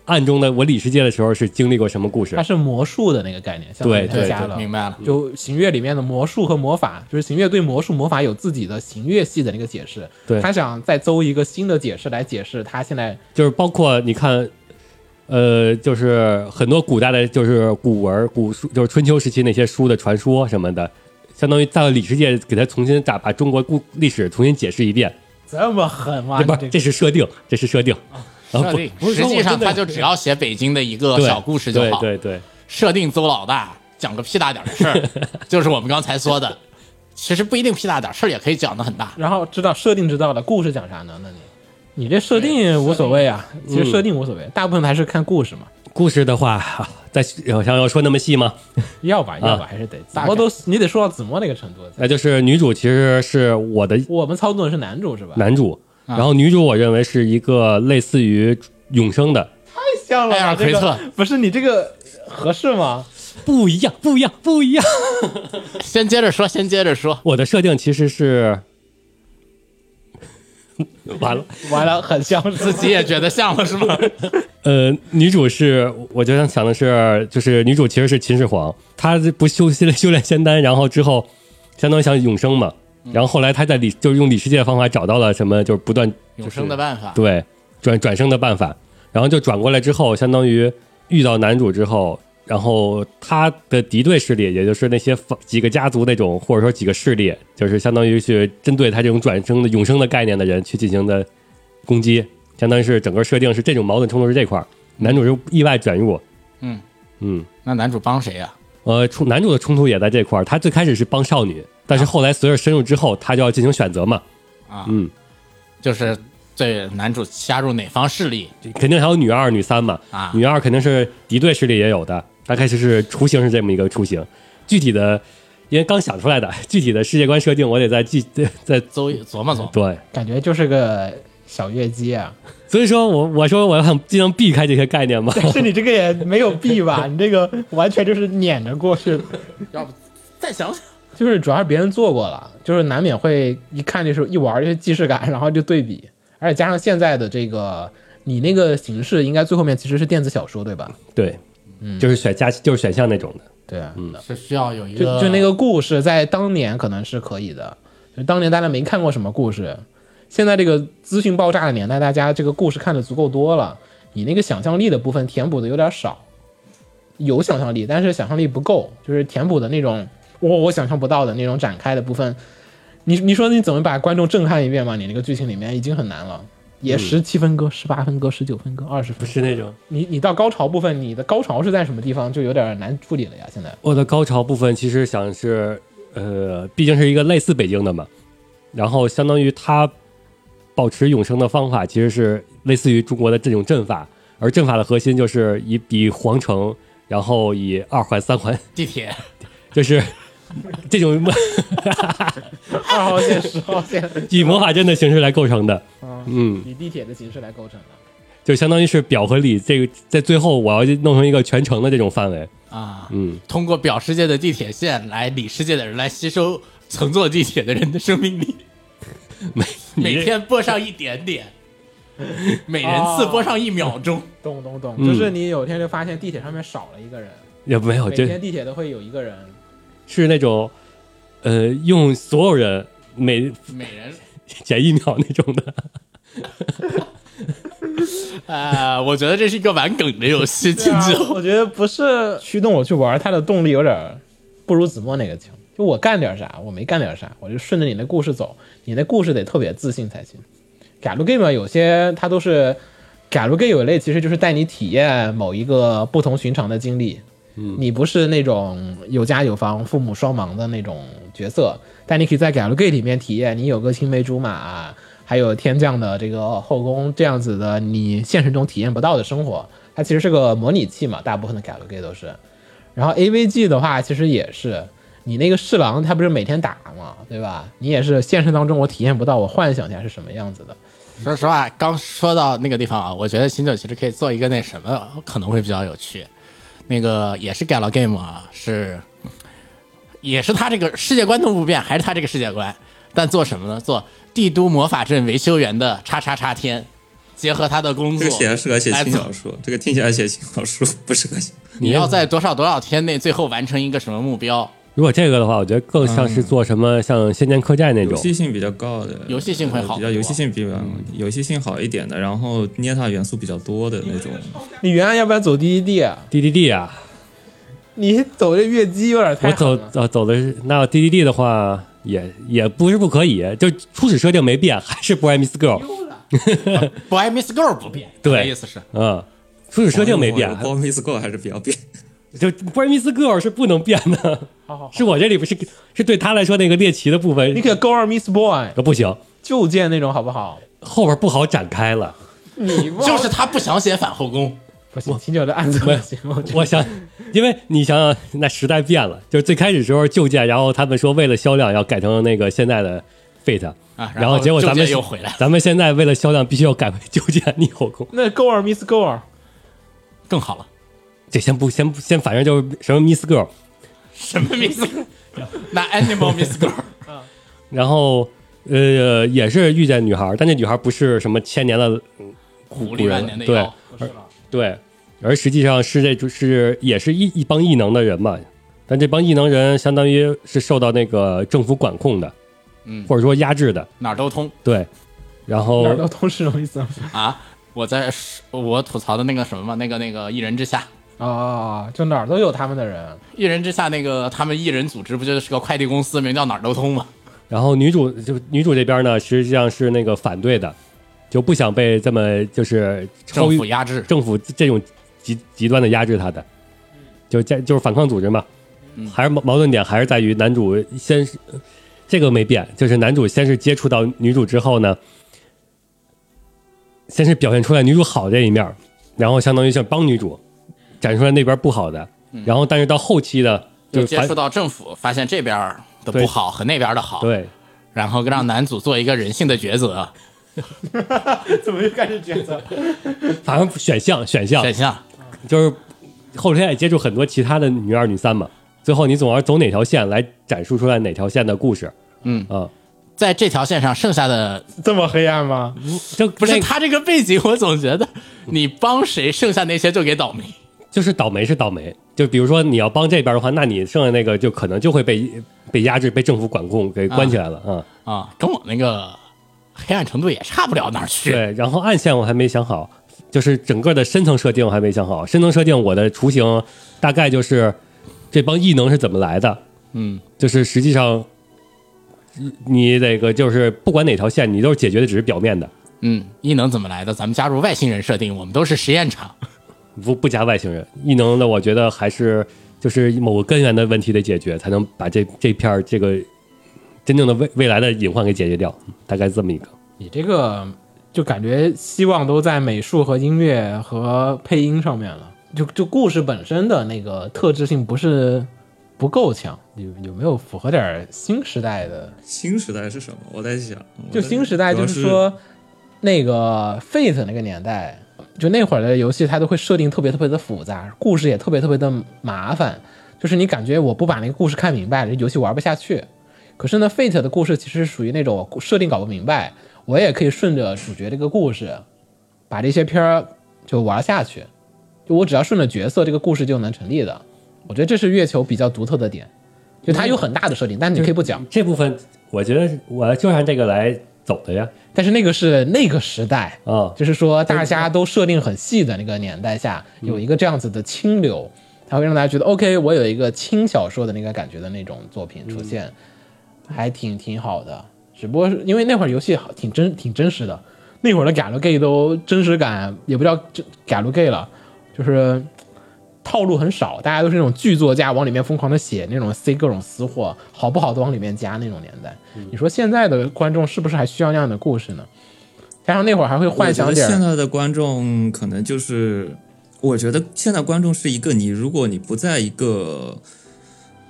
Speaker 3: 暗中的我里世界的时候是经历过什么故事
Speaker 4: 它，是魔术的那个概念，相当于
Speaker 3: 对对
Speaker 4: 加了。
Speaker 5: 明白了。
Speaker 4: 就《行月》里面的魔术和魔法，就是行月对魔术魔法有自己的行月系的那个解释，
Speaker 3: 对
Speaker 4: 他想再诌一个新的解释来解释他现在
Speaker 3: 就是包括你看，呃，就是很多古代的，就是古文、古书，就是春秋时期那些书的传说什么的，相当于在里世界给它重新打把中国故历史重新解释一遍，
Speaker 4: 这么狠吗？
Speaker 3: 这不
Speaker 4: 你
Speaker 3: 是这是设定，这是设定，然后
Speaker 5: 啊设
Speaker 3: 不
Speaker 5: 定
Speaker 3: 不是
Speaker 5: 实
Speaker 3: 说
Speaker 5: 际
Speaker 3: 我
Speaker 5: 上
Speaker 3: 真的
Speaker 5: 他就只要写北京的一个
Speaker 3: 对
Speaker 5: 小故事就好，
Speaker 3: 对对对。
Speaker 5: 设定邹老大讲个屁大点儿的 事儿，就是我们刚才说的。其实不一定屁大点儿事儿也可以讲的很大，
Speaker 4: 然后知道设定知道了，故事讲啥呢？那你你这设定无所谓啊，其
Speaker 3: 嗯
Speaker 4: 实设定无所谓，大部分还是看故事嘛。
Speaker 3: 故事的话，啊再想要说那么细吗？
Speaker 4: 要吧，要吧，
Speaker 3: 啊
Speaker 4: 还是得子
Speaker 5: 大概
Speaker 4: 墨都你得说到子墨那个程度。
Speaker 3: 那呃就是女主其实是我的
Speaker 4: 我们操纵的是男主是吧？
Speaker 3: 男主，
Speaker 5: 啊
Speaker 3: 然后女主我认为是一个类似于永生的，
Speaker 4: 像
Speaker 5: 艾尔
Speaker 4: 吧？
Speaker 5: 哎奎
Speaker 4: 这
Speaker 5: 特
Speaker 4: 个不是你这个合适吗？
Speaker 3: 不一样，不一样，不一样。
Speaker 5: 先接着说，先接着说。
Speaker 3: 我的设定其实是， 完了，
Speaker 4: 完了，很像
Speaker 5: 自
Speaker 4: 自
Speaker 5: 己也觉得像了是吗？
Speaker 3: 呃，女主是，我就想想的是，就是女主其实是秦始皇，她不修炼 修炼仙丹，然后之后相当于想永生嘛，然后后来她在里就是用里世界的方法找到了什么，就是不断
Speaker 5: 永生的办法，
Speaker 3: 对，转转生的办法。然后就转过来之后，相当于遇到男主之后，然后他的敌对势力，也就是那些反几个家族那种，或者说几个势力，就是相当于去针对他这种转生的永生的概念的人去进行的攻击，相当于是整个设定是这种矛盾冲突是这块儿，男主是意外卷入，
Speaker 5: 嗯
Speaker 3: 嗯。
Speaker 5: 那男主帮谁啊呀、
Speaker 3: 呃，冲男主的冲突也在这块儿。他最开始是帮少女，但是后来随着深入之后，他就要进行选择嘛。
Speaker 5: 啊
Speaker 3: 嗯，
Speaker 5: 就是对男主加入哪方势力？
Speaker 3: 肯定还有女二、女三嘛。
Speaker 5: 啊
Speaker 3: 女二肯定是敌对势力也有的，大概就是雏形是这么一个雏形。具体的，因为刚想出来的， 具体的世界观设定我得再 具再
Speaker 5: 周琢磨琢磨。
Speaker 3: 对。
Speaker 4: 感觉就是个小月姬啊。
Speaker 3: 所以说我我说我要想尽量避开这些概念嘛。
Speaker 4: 但是你这个也没有避 吧？你这个完全就是撵着过去，
Speaker 5: 再想想，
Speaker 4: 就是主要是别人做过了，就是难免会一看就是一玩就是既视感，然后就对比，而且加上现在的这个你那个形式，应该最后面其实是电子小说对吧？
Speaker 3: 对，嗯就是选加就是选项那种的。
Speaker 4: 对啊，
Speaker 5: 是需要有一
Speaker 4: 就
Speaker 5: 个
Speaker 4: 就那个故事在当年可能是可以的，就当年大家没看过什么故事，现在这个资讯爆炸的年代，大家这个故事看的足够多了，你那个想象力的部分填补的有点少，有想象力，但是想象力不够，就是填补的那种我我想象不到的那种展开的部分，你你说你怎么把观众震撼一遍嘛？你那个剧情里面已经很难了。也十七分割、十八分割、十九分割、二十
Speaker 3: 不
Speaker 4: 分，
Speaker 3: 是那种
Speaker 4: 你你到高潮部分，你的高潮是在什么地方，就有点难处理了呀。现在
Speaker 3: 我的高潮部分其实想是，呃，毕竟是一个类似北京的嘛，然后相当于他保持永生的方法其实是类似于中国的这种阵法，而阵法的核心就是以以皇城，然后以二环三环，
Speaker 5: 地铁，
Speaker 3: 就是这种
Speaker 4: 二号线、十号线，
Speaker 3: 以魔法阵的形式来构成的，嗯，
Speaker 4: 啊以地铁的形式来构成的。
Speaker 3: 就相当于是表和里这个在最后我要弄成一个全程的这种范围，
Speaker 5: 啊，
Speaker 3: 嗯，
Speaker 5: 通过表世界的地铁线来里世界的人来吸收乘坐地铁的人的生 命力，每每天播上一点点，每人次播上一秒钟。
Speaker 4: 懂懂懂，
Speaker 3: 嗯
Speaker 4: 就是你有一天就发现地铁上面少了一个人，
Speaker 3: 也没有
Speaker 4: 每
Speaker 3: 这
Speaker 4: 天地铁都会有一个人。
Speaker 3: 是那种，呃，用所有人每
Speaker 5: 每人，
Speaker 3: 减一秒那种的。
Speaker 5: 呃，我觉得这是一个玩梗的游戏，进 去后
Speaker 4: 我觉得不是驱动我去玩，它的动力有点不如子墨那个强。就我干点啥，我没干点啥，我就顺着你的故事走，你的故事得特别自信才行。假如 game 有些它都是，假如 game 有一类其实就是带你体验某一个不同寻常的经历，你不是那种有家有房、父母双亡的那种角色，但你可以在《改路 gay》里面体验，你有个青梅竹马，还有天降的这个后宫这样子的你现实中体验不到的生活。它其实是个模拟器嘛，大部分的《改路 gay》都是。然后 AVG 的话，其实也是你那个侍郎，他不是每天打嘛，对吧？你也是现实当中我体验不到，我幻想一下是什么样子的。
Speaker 5: 说实话，刚说到那个地方啊，我觉得新九其实可以做一个那什么，可能会比较有趣。那个也是 Gal Game 啊，是也是他这个世界观都不变，还是他这个世界观，但做什么呢？做帝都魔法阵维修员的叉叉叉天，结合他的工
Speaker 6: 这个
Speaker 5: 作，
Speaker 6: 显然适合写
Speaker 5: 来
Speaker 6: 轻
Speaker 5: 做
Speaker 6: 小说，这个听起来写轻小说不适合写。
Speaker 5: 你要在多少多少天内最后完成一个什么目标？
Speaker 3: 如果这个的话，我觉得更像是做什么像《仙剑客栈》那种
Speaker 6: 游，戏性比较高的，
Speaker 5: 游戏性会好
Speaker 6: 比较游戏性比较游戏性好一点的，然后捏它元素比较多的那种。
Speaker 4: 你原来要不要走 DDD 啊？
Speaker 3: DDD 啊，
Speaker 4: 你走这越级有点太
Speaker 3: 我
Speaker 4: 狠
Speaker 3: 走
Speaker 4: 了
Speaker 3: 呃走的是那 DDD 的话，也也不是不可以，就初始设定没变， 还是 Boy Miss Girl，
Speaker 5: 不爱 Miss Girl 不变，
Speaker 3: 对
Speaker 5: 这意思是
Speaker 3: 嗯，初始设定没变，
Speaker 6: 包 Miss Go 还是比较变。
Speaker 3: 就 Boy Miss Girl 是不能变的。
Speaker 4: 好好好
Speaker 3: 是我这里不是是对他来说那个猎奇的部分
Speaker 4: 你，可 Go 二 Miss Boy
Speaker 3: 不行，
Speaker 4: 就见那种好不好？
Speaker 3: 后边不好展开了。
Speaker 4: 你
Speaker 5: 就是他不想写反后宫，
Speaker 4: 不行，秦九的案子不行，我觉得
Speaker 3: 我想，因为你想想，那时代变了，就是最开始时候旧剑，然后他们说为了销量要改成那个现在的 Fate
Speaker 5: 啊然
Speaker 3: 然
Speaker 5: 后
Speaker 3: 后结果咱
Speaker 5: 旧
Speaker 3: 们
Speaker 5: 剑又回来 了
Speaker 3: 咱们现在为了销量必须要改为旧剑逆后宫。
Speaker 4: 那 Go 二 Miss Go 二
Speaker 5: 更好了。
Speaker 3: 这先不先不先，反正就是什么 Miss Girl，
Speaker 5: 什么 Miss？Girl？那 Animal Miss Girl
Speaker 3: 然后呃也是遇见女孩，但这女孩不是什么千年的
Speaker 5: 苦
Speaker 3: 古
Speaker 5: 力万
Speaker 3: 人
Speaker 5: 年的
Speaker 3: 对
Speaker 5: 妖，
Speaker 3: 对，而实际上是这就是也是一一帮异能的人嘛，但这帮异能人相当于是受到那个政府管控的，
Speaker 5: 嗯
Speaker 3: 或者说压制的，
Speaker 5: 哪儿都通
Speaker 3: 对，
Speaker 4: 哪
Speaker 3: 然
Speaker 4: 儿
Speaker 3: 后
Speaker 4: 都通是容易死
Speaker 5: 啊！我在我吐槽的那个什么嘛，那个那个一人之下，
Speaker 4: 啊，就哪儿都有他们的人，
Speaker 5: 一人之下那个他们一人组织不就是个快递公司，名叫哪儿都通吗？
Speaker 3: 然后女主就女主这边呢，实际上是那个反对的，就不想被这么就是
Speaker 5: 政
Speaker 3: 超越
Speaker 5: 府压制，
Speaker 3: 政府这种极极端的压制他的，
Speaker 5: 嗯
Speaker 3: 就在就是反抗组织嘛，还是矛矛盾点还是在于男主先是这个没变，就是男主先是接触到女主之后呢，先是表现出来女主好这一面儿，然后相当于像帮女主展示出来那边不好的，然后但是到后期呢，
Speaker 5: 嗯就是接
Speaker 3: 反
Speaker 5: 触到政府，发现这边儿的
Speaker 3: 对
Speaker 5: 不好和那边儿的好，
Speaker 3: 对
Speaker 5: 然后让男主做一个人性的抉择
Speaker 4: 怎么又开始抉择？
Speaker 3: 反正选项选项
Speaker 5: 选项。
Speaker 3: 就是后天也接触很多其他的女二女三嘛，最后你总要走哪条线来展示出来哪条线的故事，
Speaker 5: 嗯
Speaker 3: 啊。
Speaker 5: 在这条线上，剩下的
Speaker 4: 这么黑暗吗？
Speaker 3: 就
Speaker 5: 不是
Speaker 3: 那嗯
Speaker 5: 他这个背景，我总觉得你帮谁，剩下那些就给倒霉。
Speaker 3: 就是倒霉是倒霉。就比如说你要帮这边的话，那你剩下那个就可能就会被被压制、被政府管控给关起来了啊、
Speaker 5: 啊，跟我那个黑暗程度也差不了哪儿去。
Speaker 3: 对，然后暗线我还没想好，就是整个的深层设定我还没想好。深层设定我的雏形大概就是这帮异能是怎么来的，
Speaker 5: 嗯，
Speaker 3: 就是实际上你你那个就是不管哪条线，你都是解决的只是表面的，
Speaker 5: 嗯，异能怎么来的？咱们加入外星人设定，我们都是实验 场。
Speaker 3: 不不加外星人异能的，我觉得还是就是某个根源的问题得解决，才能把这这片儿这个真正的未未来的隐患给解决掉，大概这么一个。
Speaker 4: 你这个就感觉希望都在美术和音乐和配音上面了，就就故事本身的那个特质性不是不够强，有有没有符合点儿新时代的？
Speaker 6: 新时代是什么？我在想，我
Speaker 4: 就
Speaker 6: 在
Speaker 4: 新时代就是
Speaker 6: 主要
Speaker 4: 说，那个 Fate 那个年代，就那会儿的游戏，它都会设定特别特别的复杂，故事也特别特别的麻烦，就是你感觉我不把那个故事看明白，这游戏玩不下去。可是呢，Fate 的故事其实属于那种设定搞不明白，我也可以顺着主角这个故事，把这些片儿就玩下去，就我只要顺着角色，这个故事就能成立的。我觉得这是月球比较独特的点，就它有很大的设定，但是你可以不讲。
Speaker 6: 嗯
Speaker 3: 这部分我觉得我就按这个来走的呀，
Speaker 4: 但是那个是那个时代
Speaker 3: 啊
Speaker 4: 就是说大家都设定很细的那个年代下，有一个这样子的清流，它会让大家觉得 OK，我有一个轻小说的那个感觉的那种作品出现，还挺挺好的。只不过是因为那会儿游戏好挺真挺真实的，那会儿的 galgame 都真实感也不叫真 galgame 了，就是套路很少，大家都是那种剧作家往里面疯狂的写那种塞各种私货，好不好都往里面加那种年代。你说现在的观众是不是还需要那样的故事呢？加上那会儿还会幻想
Speaker 6: 我觉
Speaker 4: 点
Speaker 6: 得现
Speaker 4: 儿，
Speaker 6: 在的观众可能就是，我觉得现在观众是一个你，如果你不在一个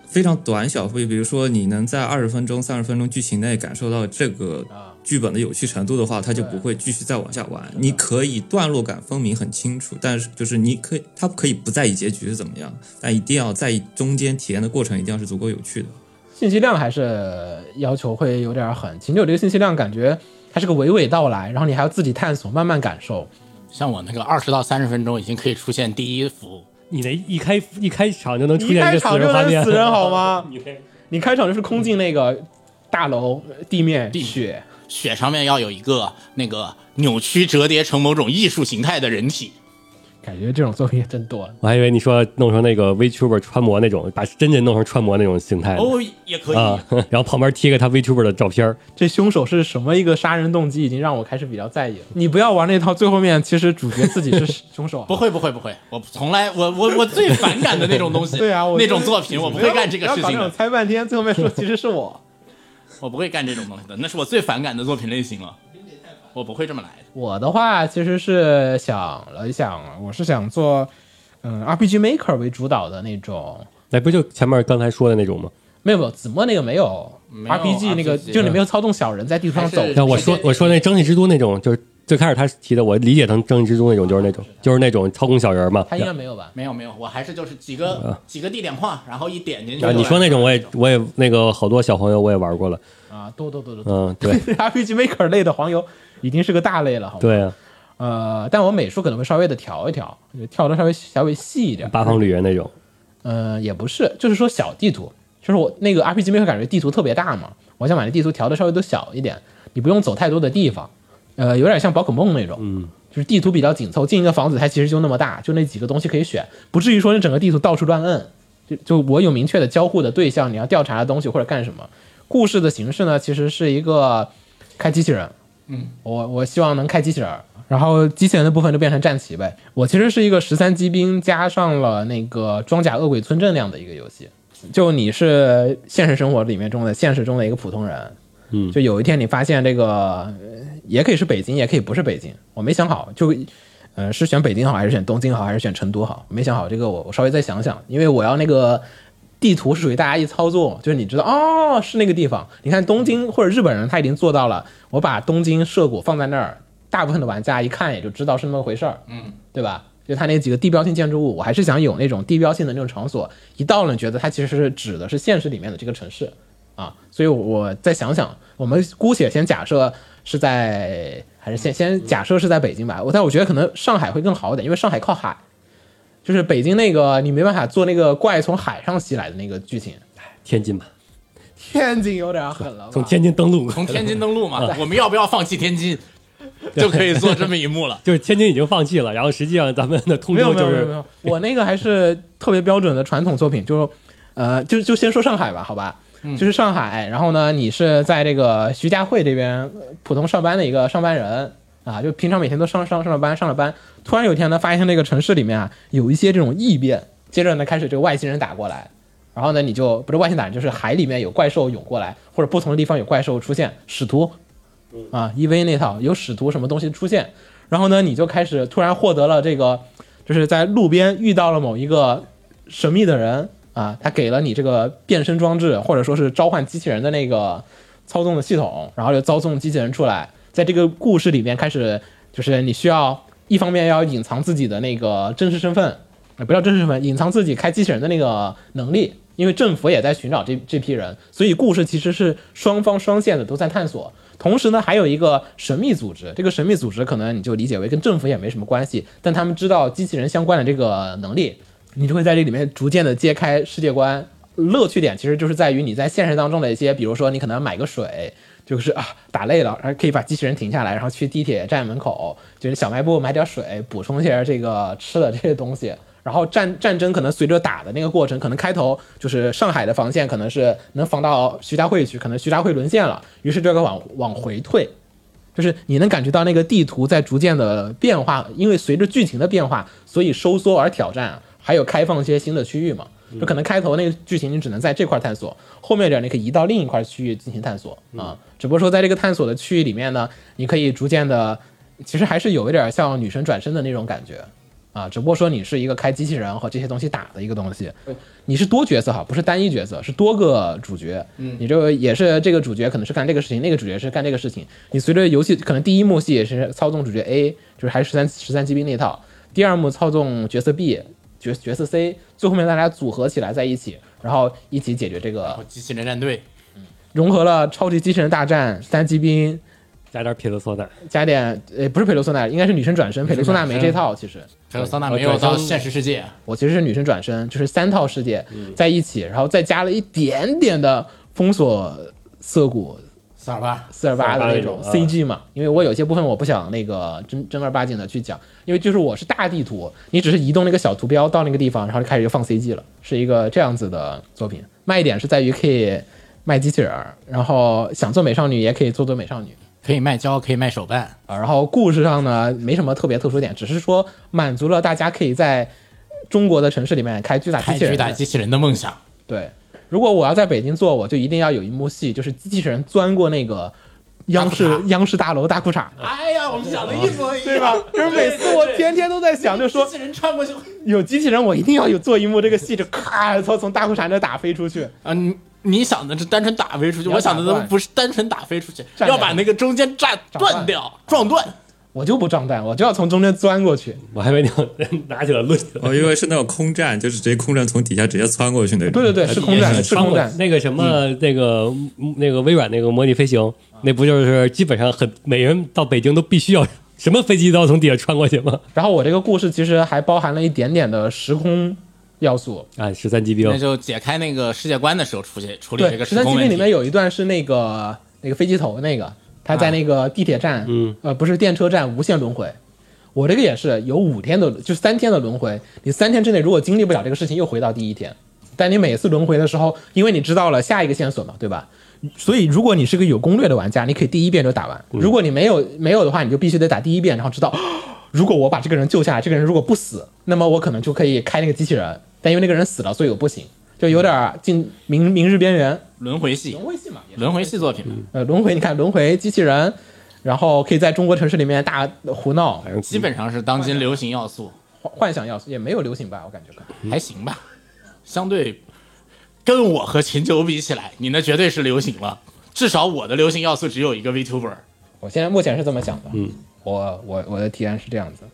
Speaker 6: 非常短小，会比如说你能在二十分钟、三十分钟剧情内感受到这个剧本的有趣程度的话，它就不会继续再往下玩。你可以段落感分明很清楚，但是就是你可以，它可以不在意结局是怎么样，但一定要在中间体验的过程一定要是足够有趣的。
Speaker 4: 信息量还是要求会有点狠。秦九这个信息量感觉它是个娓娓道来，然后你还要自己探索，慢慢感受。
Speaker 5: 像我那个二十到三十分钟已经可以出现第一幅，
Speaker 3: 你那一开一开场就能出
Speaker 4: 你一
Speaker 3: 现
Speaker 4: 开
Speaker 3: 个死
Speaker 4: 场就
Speaker 3: 人画面
Speaker 4: 能，死人 好吗？
Speaker 3: 你这
Speaker 4: 你开场就是空进那个大楼地面
Speaker 5: 地
Speaker 4: 雪，
Speaker 5: 雪上面要有一个那个扭曲折叠成某种艺术形态的人体。
Speaker 4: 感觉这种作品也真多。
Speaker 3: 我还以为你说弄成那个 VTuber 穿模那种，把真人弄成穿模那种形态呢
Speaker 5: 哦，也可以。
Speaker 3: 啊，然后旁边贴个他 VTuber 的照片儿
Speaker 4: 这凶手是什么一个杀人动机，已经让我开始比较在意了。你不要玩那套，最后面其实主角自己 是凶手啊。
Speaker 5: 不会不会不会，我从来我我我最反感的那种 东西，
Speaker 4: 对啊，我
Speaker 5: 那种作品我不会干这个事
Speaker 4: 不要搞
Speaker 5: 情
Speaker 4: 那
Speaker 5: 的
Speaker 4: 种，猜半天，最后面说其实是我。
Speaker 5: 我不会干这种东西的，那是我最反感的作品类型了，我不会这么来的。
Speaker 4: 我的话其实是想了一想，啊我是想做嗯 RPG Maker 为主导的那种，
Speaker 3: 那哎不就前面刚才说的那种吗？
Speaker 4: 没有没有子墨那个没有
Speaker 5: 没有啊
Speaker 4: RPG 那个，
Speaker 5: RPG
Speaker 4: 就你没有操纵小人在地图上走
Speaker 5: 还是
Speaker 3: 像我说我说那蒸汽蜘蛛那种，就是最开始他提的，我理解成蒸汽蜘蛛那种，就是那种就是那种操控小人嘛。
Speaker 4: 他应该没有吧？
Speaker 5: 没有没有，我还是就是几个、几个地点框，然后一点进去。
Speaker 3: 然啊后你说那种，我也我也那个好多小朋友我也玩过了，
Speaker 4: 啊，多多多多多
Speaker 3: 嗯，对
Speaker 4: ，RPG Maker 类的黄油已经是个大类了，好吗？
Speaker 3: 对啊，
Speaker 4: 呃，但我美术可能会稍微的调一调，就跳的稍微稍微细一点。
Speaker 3: 八方旅人那种，
Speaker 4: 嗯、也不是，就是说小地图，就是我那个 RPG Maker 感觉地图特别大嘛，我想把那地图调的稍微都小一点，你不用走太多的地方，呃，有点像宝可梦那种，嗯，就是地图比较紧凑，进一个房子它其实就那么大，就那几个东西可以选，不至于说你整个地图到处乱摁。就就我有明确的交互的对象，你要调查的东西或者干什么。故事的形式呢，其实是一个开机器人，我我希望能开机器人儿，然后机器人的部分就变成战旗呗。我其实是一个十三机兵加上了那个装甲恶鬼村镇那样的一个游戏，就你是现实生活里面中的现实中的一个普通人，嗯，就有一天你发现这个呃也可以是北京，也可以不是北京，我没想好就。呃，是选北京好，还是选东京好，还是选成都好？没想好这个我，我稍微再想想，因为我要那个地图是属于大家一操作，就是你知道哦是那个地方。你看东京或者日本人他已经做到了，我把东京涉谷放在那儿，大部分的玩家一看也就知道是那么回事儿，嗯，对吧？就他那几个地标性建筑物，我还是想有那种地标性的那种场所，一到了你觉得它其实是指的是现实里面的这个城市啊，所以我我再想想，我们姑且先假设是在还是先先假设是在北京吧，我但我觉得可能上海会更好一点，因为上海靠海，就是北京那个你没办法做那个怪从海上袭来的那个剧情，
Speaker 3: 天津吧，
Speaker 4: 天津有点狠了吧？
Speaker 3: 从天津登陆，
Speaker 5: 从天津登 陆
Speaker 4: 啊
Speaker 5: 嘛，我们要不要放弃天津，就可以做这么一幕了？
Speaker 3: 就是天津已经放弃了，然后实际上咱们的通
Speaker 4: 没有
Speaker 3: 州
Speaker 4: 没有
Speaker 3: 就
Speaker 4: 没有没
Speaker 3: 是
Speaker 4: 有，我那个还是特别标准的传统作品，就是呃，就就先说上海吧，好吧。
Speaker 3: 嗯
Speaker 4: 就是上海，然后呢，你是在这个徐家汇这边呃普通上班的一个上班人啊，就平常每天都上上上了班上了班，突然有一天呢，发现这个城市里面啊有一些这种异变，接着呢开始这个外星人打过来，然后呢你就不是外星打人，就是海里面有怪兽涌过来，或者不同的地方有怪兽出现，使徒啊，EV 那套有使徒什么东西出现，然后呢，你就开始突然获得了这个，就是在路边遇到了某一个神秘的人啊，他给了你这个变身装置或者说是召唤机器人的那个操纵的系统，然后就操纵机器人出来，在这个故事里面开始就是你需要一方面要隐藏自己的那个真实身份，呃不叫真实身份，隐藏自己开机器人的那个能力。因为政府也在寻找这这批人，所以故事其实是双方双线的都在探索。同时呢，还有一个神秘组织，这个神秘组织可能你就理解为跟政府也没什么关系，但他们知道机器人相关的这个能力，你就会在这里面逐渐的揭开世界观。乐趣点其实就是在于你在现实当中的一些，比如说你可能买个水，就是啊打累了，然后可以把机器人停下来，然后去地铁站门口，就是小卖部买点水，补充一下这个吃的这些东西。然后战战争可能随着打的那个过程，可能开头就是上海的防线可能是能防到徐家汇去，可能徐家汇沦陷了，于是这个往往回退，就是你能感觉到那个地图在逐渐的变化，因为随着剧情的变化，所以收缩而挑战，还有开放一些新的区域嘛。就可能开头那个剧情你只能在这块探索，后面点你可以移到另一块区域进行探索啊。只不过说在这个探索的区域里面呢，你可以逐渐的，其实还是有一点像女神转身的那种感觉啊，只不过说你是一个开机器人和这些东西打的一个东西，你是多角色哈，不是单一角色，是多个主角。嗯，你这个也是这个主角可能是干这个事情，那个主角是干这个事情。你随着游戏可能第一幕戏也是操纵主角 A，就是还是十三十三骑兵那一套，第二幕操纵角色 B，角角色 C，最后面大家组合起来在一起，然后一起解决这个
Speaker 5: 哦，机器人战队，
Speaker 4: 融合了超级机器人大战、三骑兵，
Speaker 3: 加点撇子缩蛋，
Speaker 4: 加点呃不是佩鲁索纳，应该是女生转身。佩鲁索纳没这套，其实
Speaker 5: 还有桑娜
Speaker 4: 哦
Speaker 5: 没有到现实世界，啊
Speaker 4: 我其实是女生转身，就是三套世界在一起，然后再加了一点点的封锁涩谷
Speaker 5: 四二八
Speaker 4: 四二八的那种啊
Speaker 3: 428那种
Speaker 4: CG 嘛，因为我有些部分我不想那个正正儿八经的去讲，因为就是我是大地图，你只是移动那个小图标到那个地方，然后就开始就放 CG 了，是一个这样子的作品。卖点是在于可以卖机器人儿，然后想做美少女也可以做做美少女。
Speaker 5: 可以卖胶，可以卖手办，
Speaker 4: 啊，然后故事上呢没什么特别特殊点，只是说满足了大家可以在中国的城市里面开巨大机
Speaker 5: 开
Speaker 4: 器人
Speaker 5: 巨
Speaker 4: 的。
Speaker 5: 大机器人的梦想。
Speaker 4: 对，如果我要在北京做，我就一定要有一幕戏，就是机器人钻过那个央视央视大楼大裤衩。
Speaker 5: 哎呀，我们想的一模一样，
Speaker 4: 对吧？就是每次我天天都在想，就说
Speaker 5: 机器人穿过去，
Speaker 4: 有机器人，我一定要有做一幕这个戏，就咔从从大裤衩那打飞出去。
Speaker 5: 啊，你你想的是单纯打飞出去，
Speaker 4: 要打
Speaker 5: 我想的都
Speaker 4: 断
Speaker 5: 不是单纯打飞出去，
Speaker 4: 站
Speaker 5: 要
Speaker 4: 着
Speaker 5: 把那个中间炸
Speaker 4: 断
Speaker 5: 断掉，撞断。
Speaker 4: 我就不撞蛋，我就要从中间钻过去。
Speaker 3: 我还以为你要拿起来抡起来。
Speaker 6: 哦，因为是那种空战，就是直接空战从底下直接穿过去那种。
Speaker 4: 对对对，是空
Speaker 3: 也
Speaker 4: 战，
Speaker 3: 是
Speaker 4: 呃是
Speaker 3: 穿
Speaker 4: 空
Speaker 3: 过
Speaker 4: 战。
Speaker 3: 那个什么，那个嗯那个微软那个模拟飞行，那不就是基本上很每人到北京都必须要 什么飞机都要从底下穿过去吗？
Speaker 4: 然后我这个故事其实还包含了一点点的时空要素。
Speaker 3: 啊，十三级兵
Speaker 5: 那就解开那个世界观的时候出去处理这
Speaker 4: 对，
Speaker 5: 个
Speaker 4: 十
Speaker 5: 时
Speaker 4: 三
Speaker 5: 空
Speaker 4: 机
Speaker 5: 问
Speaker 4: 兵里面
Speaker 5: 题。
Speaker 4: 有一段是那个那个飞机头那个，他在那个地铁
Speaker 5: 啊
Speaker 4: 站，嗯，呃，不是电车站无限轮回。我这个也是有五天的，就三天的轮回。你三天之内如果经历不了这个事情，又回到第一天。但你每次轮回的时候，因为你知道了下一个线索嘛，对吧？所以如果你是个有攻略的玩家，你可以第一遍就打完。如果你没有没有的话，你就必须得打第一遍，然后知道，如果我把这个人救下来，这个人如果不死，那么我可能就可以开那个机器人。但因为那个人死了，所以我不行，就有点儿进明明日边缘。
Speaker 5: 轮回系，
Speaker 4: 回系嘛，
Speaker 5: 轮回系作品嘛，
Speaker 4: 呃，轮回，你看轮回机器人，然后可以在中国城市里面大胡闹，
Speaker 5: 基本上是当
Speaker 4: 嗯
Speaker 5: 今流行要素，
Speaker 4: 幻幻想要素也没有流行吧，我感觉。
Speaker 5: 嗯还行吧。相对跟我和秦九比起来，你那绝对是流行了。至少我的流行要素只有一个 VTuber，
Speaker 4: 我现在目前是这么想的，嗯，我我我的体验是这样子，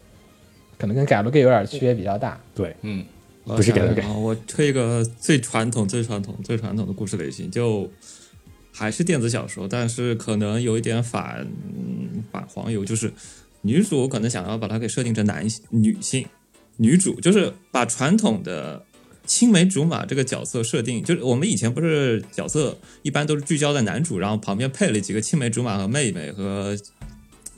Speaker 4: 可能跟改路 gay 有点区别比较大。
Speaker 3: 对，
Speaker 5: 嗯，
Speaker 3: 不是给了给
Speaker 6: 啊！我推一个最传统、最传统、最传统的故事类型，就还是电子小说，但是可能有一点反反黄油，就是女主可能想要把它给设定成男女性，女主就是把传统的青梅竹马这个角色设定，就是我们以前不是角色一般都是聚焦在男主，然后旁边配了几个青梅竹马和妹妹和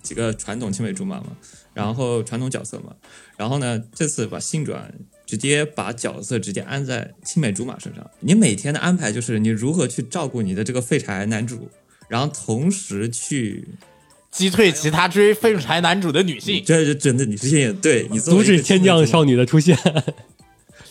Speaker 6: 几个传统青梅竹马嘛，然后传统角色嘛，然后呢，这次把性转直接把角色直接安在青梅竹马身上，你每天的安排就是你如何去照顾你的这个废柴男主，然后同时去，
Speaker 5: 击退其他追废柴男主的女性，
Speaker 6: 这这真的你这也对你 作为
Speaker 3: 阻
Speaker 6: 一个
Speaker 3: 止天降少女的出现。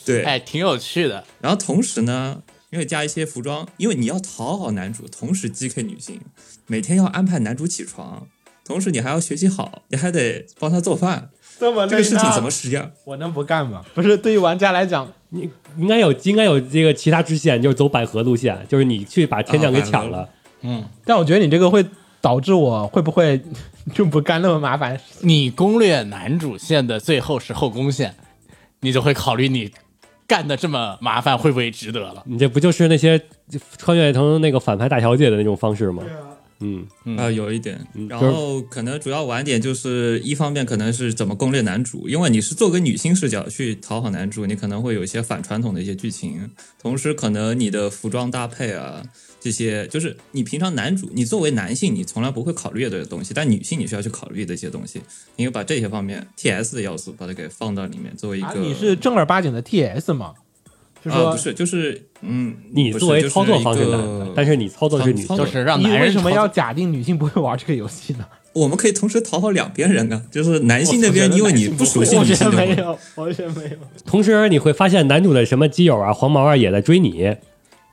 Speaker 6: 对，
Speaker 5: 哎，挺有趣的。
Speaker 6: 然后同时呢，因为加一些服装，因为你要讨好男主，同时 GK 女性，每天要安排男主起床，同时你还要学习好，你还得帮他做饭，
Speaker 4: 这么
Speaker 6: 这个事情怎么实现？
Speaker 4: 我能不干吗？不是，对于玩家来讲，
Speaker 3: 你应该有应该有这个其他支线，就是走百合路线，就是你去把天
Speaker 6: 啊
Speaker 3: 降给抢了。
Speaker 4: 但我觉得你这个会导致我会不会 就不干那么麻烦？
Speaker 5: 你攻略男主线的最后是后宫线，你就会考虑你干的这么麻烦会不会值得了。
Speaker 3: 你这不就是那些穿越成那个反派大小姐的那种方式吗？嗯，
Speaker 6: 啊、有一点，然
Speaker 3: 就是
Speaker 6: 后可能主要玩点就是一方面可能是怎么攻略男主，因为你是做个女性视角去讨好男主，你可能会有一些反传统的一些剧情，同时可能你的服装搭配啊这些，就是你平常男主你作为男性你从来不会考虑的东西，但女性你需要去考虑的一些东西，你会把这些方面 T S 的要素把它给放到里面，作为一个、
Speaker 4: 啊，你是正儿八经的 TS 吗？就说、
Speaker 6: 啊不是就是嗯，
Speaker 3: 你
Speaker 6: 不是
Speaker 3: 作为
Speaker 6: 就是
Speaker 3: 操作方是
Speaker 6: 一个
Speaker 3: 男的，但是你操作是女
Speaker 6: 操作。
Speaker 3: 的
Speaker 5: 就是让
Speaker 4: 你
Speaker 5: 男人
Speaker 4: 为什么
Speaker 5: 操
Speaker 4: 要假定女性不会玩这个游戏呢？
Speaker 6: 我们可以同时讨好两边人啊，就是男性那边因为你不熟悉
Speaker 4: 我
Speaker 6: 女
Speaker 4: 觉
Speaker 6: 性
Speaker 4: 得
Speaker 6: 的
Speaker 4: 没
Speaker 6: 嘛。
Speaker 4: 有，我觉得没有。
Speaker 3: 同时你会发现男主的什么基友啊、黄毛
Speaker 6: 嗯
Speaker 3: 啊也在追你，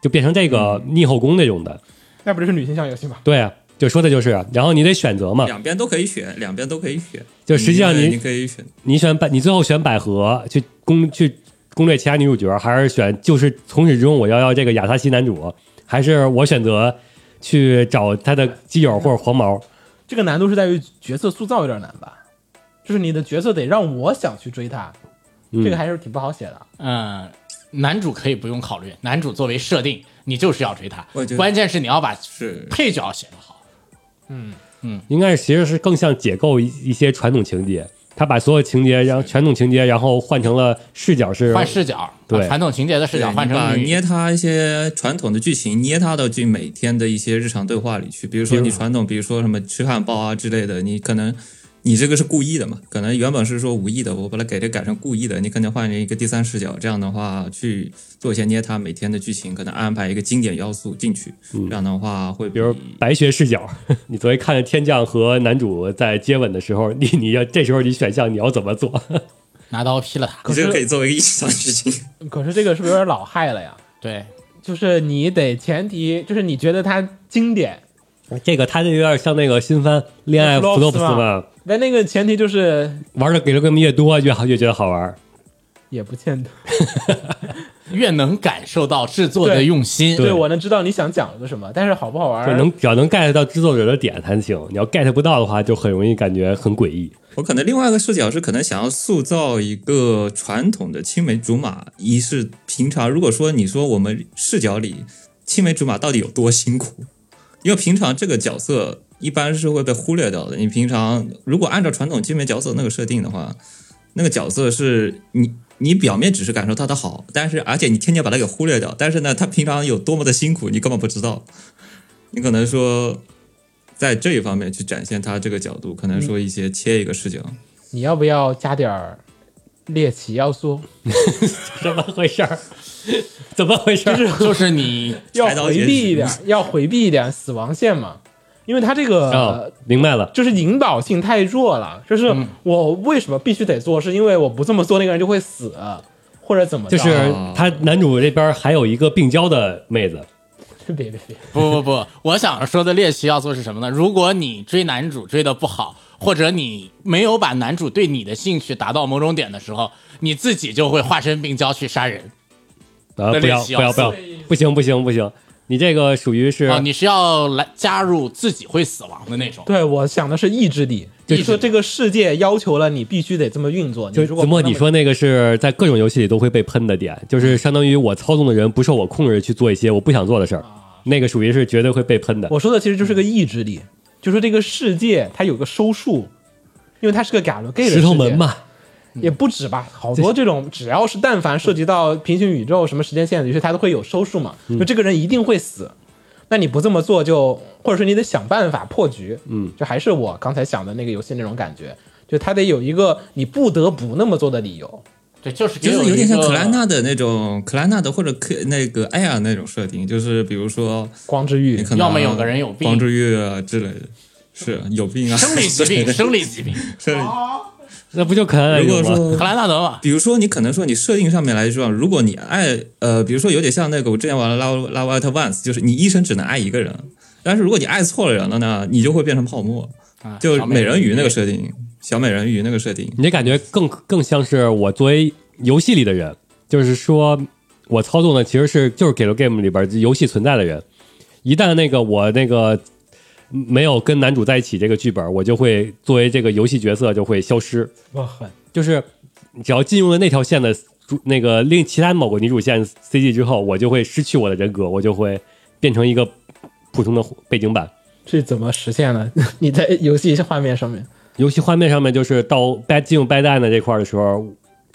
Speaker 3: 就变成这个逆后宫那种的。
Speaker 4: 那不就是女性向游戏吗？
Speaker 3: 对啊，就说的就是啊，然后你得选择 嘛，
Speaker 6: 两边都可以选，两边都可以选。
Speaker 3: 就实际上
Speaker 6: 你
Speaker 3: 你
Speaker 6: 你可以选，
Speaker 3: 你选百，你最后选百合去攻去攻略其他女主角，还是选就是从始至终我要要这个亚萨西男主，还是我选择去找他的基友或者黄毛？
Speaker 4: 这个难度是在于角色塑造有点难吧，就是你的角色得让我想去追他，这个还是挺不好写的。
Speaker 5: 嗯，男主可以不用考虑，男主作为设定，你就是要追他
Speaker 6: 我觉。得
Speaker 5: 关键是你要把
Speaker 6: 是
Speaker 5: 配角写得好。
Speaker 3: 应该是其实是更像解构一一些传统情节，他把所有情节，然后传统情节，然后换成了视角是
Speaker 5: 换视角，
Speaker 3: 对
Speaker 5: 把传统情节的视角
Speaker 6: 对
Speaker 5: 换
Speaker 6: 你把
Speaker 5: 成女
Speaker 6: 捏它一些传统的剧情，捏它到进每天的一些日常对话里去。比如说你传统，比如说什么吃汉堡啊之类的，你可能你这个是故意的嘛？可能原本是说无意的，我把它给这改成故意的，你可能换成一个第三视角，这样的话去做一些捏它每天的剧情，可能安排一个经典要素进去，这样的话会
Speaker 3: 比如白学视角， 你昨天看着天降和男主在接吻的时候，你你要这时候你选项你要怎么做？
Speaker 5: 拿刀劈了他。
Speaker 6: 你这个可以作为一个异常剧情。
Speaker 4: 可是这个是不是有点老害了呀？
Speaker 5: 对，
Speaker 4: 就是你得前提就是你觉得它经典，
Speaker 3: 这个他这有点像那个新番《恋爱
Speaker 4: Flops
Speaker 3: flops》
Speaker 4: 嘛
Speaker 3: 嘛，
Speaker 4: 但那个前提就是
Speaker 3: 玩的给的更越多越好，越觉得好玩。
Speaker 4: 也不见得。
Speaker 5: 越能感受到制作的用心。
Speaker 4: 对我能知道你想讲的什么，但是好不好玩
Speaker 3: 就能只要能 get 到制作者的点才行，你要 get 不到的话，就很容易感觉很诡异。
Speaker 6: 我可能另外一个视角是，可能想要塑造一个传统的青梅竹马，一是平常如果说你说我们视角里青梅竹马到底有多辛苦，因为平常这个角色一般是会被忽略掉的。你平常如果按照传统青梅角色那个设定的话，那个角色是你你表面只是感受他的好，但是而且你天天把他给忽略掉，但是呢，他平常有多么的辛苦，你根本不知道。你可能说。在这一方面去展现他这个角度，可能说一些切一个视角，
Speaker 4: 你要不要加点儿猎奇要素？
Speaker 3: 怎么回事儿？怎么回事儿？
Speaker 5: 就是你
Speaker 4: 要
Speaker 6: 柴刀
Speaker 4: 回
Speaker 6: 也
Speaker 4: 避
Speaker 6: 是
Speaker 4: 一点，要回避一点死亡线嘛，因为它这个、呃
Speaker 3: 哦，嗯明白了，
Speaker 4: 就是引导性太弱了。就是我为什么必须得做，是因为我不这么做，那个人就会死，或者怎么
Speaker 3: 就
Speaker 4: 着
Speaker 3: 是他男主这边还有一个病娇的妹子，
Speaker 4: 别别别，
Speaker 5: 不不不，我想说的猎奇要素是什么呢？如果你追男主追的不好，或者你没有把男主对你的兴趣达到某种点的时候，你自己就会化身病娇去杀人
Speaker 3: 啊，
Speaker 5: 那
Speaker 3: 不要
Speaker 5: 类
Speaker 3: 不
Speaker 5: 似要
Speaker 3: 要不要，不行不行不行，你这个属于是
Speaker 4: 哦
Speaker 5: 啊！你是要来加入自己会死亡的那种。
Speaker 4: 对我想的是意志力，
Speaker 5: 就
Speaker 4: 就是说这个世界要求了你必须得这么运作。你
Speaker 3: 就
Speaker 4: 如果
Speaker 3: 子墨，
Speaker 4: 不那
Speaker 3: 你
Speaker 4: 么
Speaker 3: 说那个是在各种游戏里都会被喷的点，就是相当于我操纵的人不受我控制去做一些我不想做的事儿，
Speaker 4: 啊
Speaker 3: 那个属于是绝对会被喷的。
Speaker 4: 我说的其实就是个意志力，就说这个世界它有个收束，因为它是个 g a l g a 的
Speaker 3: 石头门
Speaker 4: 世界，
Speaker 3: 嘛，
Speaker 6: 嗯
Speaker 4: 也不止吧，好多这种只要是但凡涉及到平行宇宙什么时间线，于是它都会有收束嘛，
Speaker 6: 嗯
Speaker 4: 就这个人一定会死。那你不这么做就，或者说你得想办法破局，嗯，就还是我刚才想的那个游戏那种感觉，就它得有一个你不得不那么做的理由，
Speaker 5: 对，就是给
Speaker 6: 就是有
Speaker 5: 一
Speaker 6: 点像
Speaker 5: 个
Speaker 6: 克莱纳的那种克莱纳的或者克那个艾尔那种设定，就是比如说
Speaker 4: 光之
Speaker 6: 你
Speaker 4: 域
Speaker 6: 可能
Speaker 5: 要么有个人有病
Speaker 6: 黄之玉啊之类的，是有病啊，
Speaker 5: 生理疾病，哎
Speaker 6: 对
Speaker 5: 生理疾病。
Speaker 6: 生理
Speaker 3: 那不就可爱
Speaker 6: 如果
Speaker 3: 了吗？
Speaker 6: 说
Speaker 5: 克莱纳德嘛，
Speaker 6: 比如说，你可能说你设定上面来说，如果你爱呃，比如说有点像那个我之前玩的《Love Love at Once》，就是你一生只能爱一个人，但是如果你爱错了人了呢，你就会变成泡沫，
Speaker 5: 啊
Speaker 6: 就
Speaker 5: 小
Speaker 6: 美人鱼那个
Speaker 5: 是
Speaker 6: 设定，小美人鱼那个设定，
Speaker 3: 你这感觉更更像是我作为游戏里的人，就是说我操纵的其实是就是《给了 Game》里边游戏存在的人。一旦那个我那个没有跟男主在一起这个剧本，我就会作为这个游戏角色就会消失。
Speaker 4: 我很
Speaker 3: 就是只要进入了那条线的主那个另其他某个女主线 CG 之后，我就会失去我的人格，我就会变成一个普通的背景板。
Speaker 4: 这怎么实现呢？ 你在游戏画面上面，
Speaker 3: 游戏画面上面就是到 bad 进入 bad end 的这块儿的时候，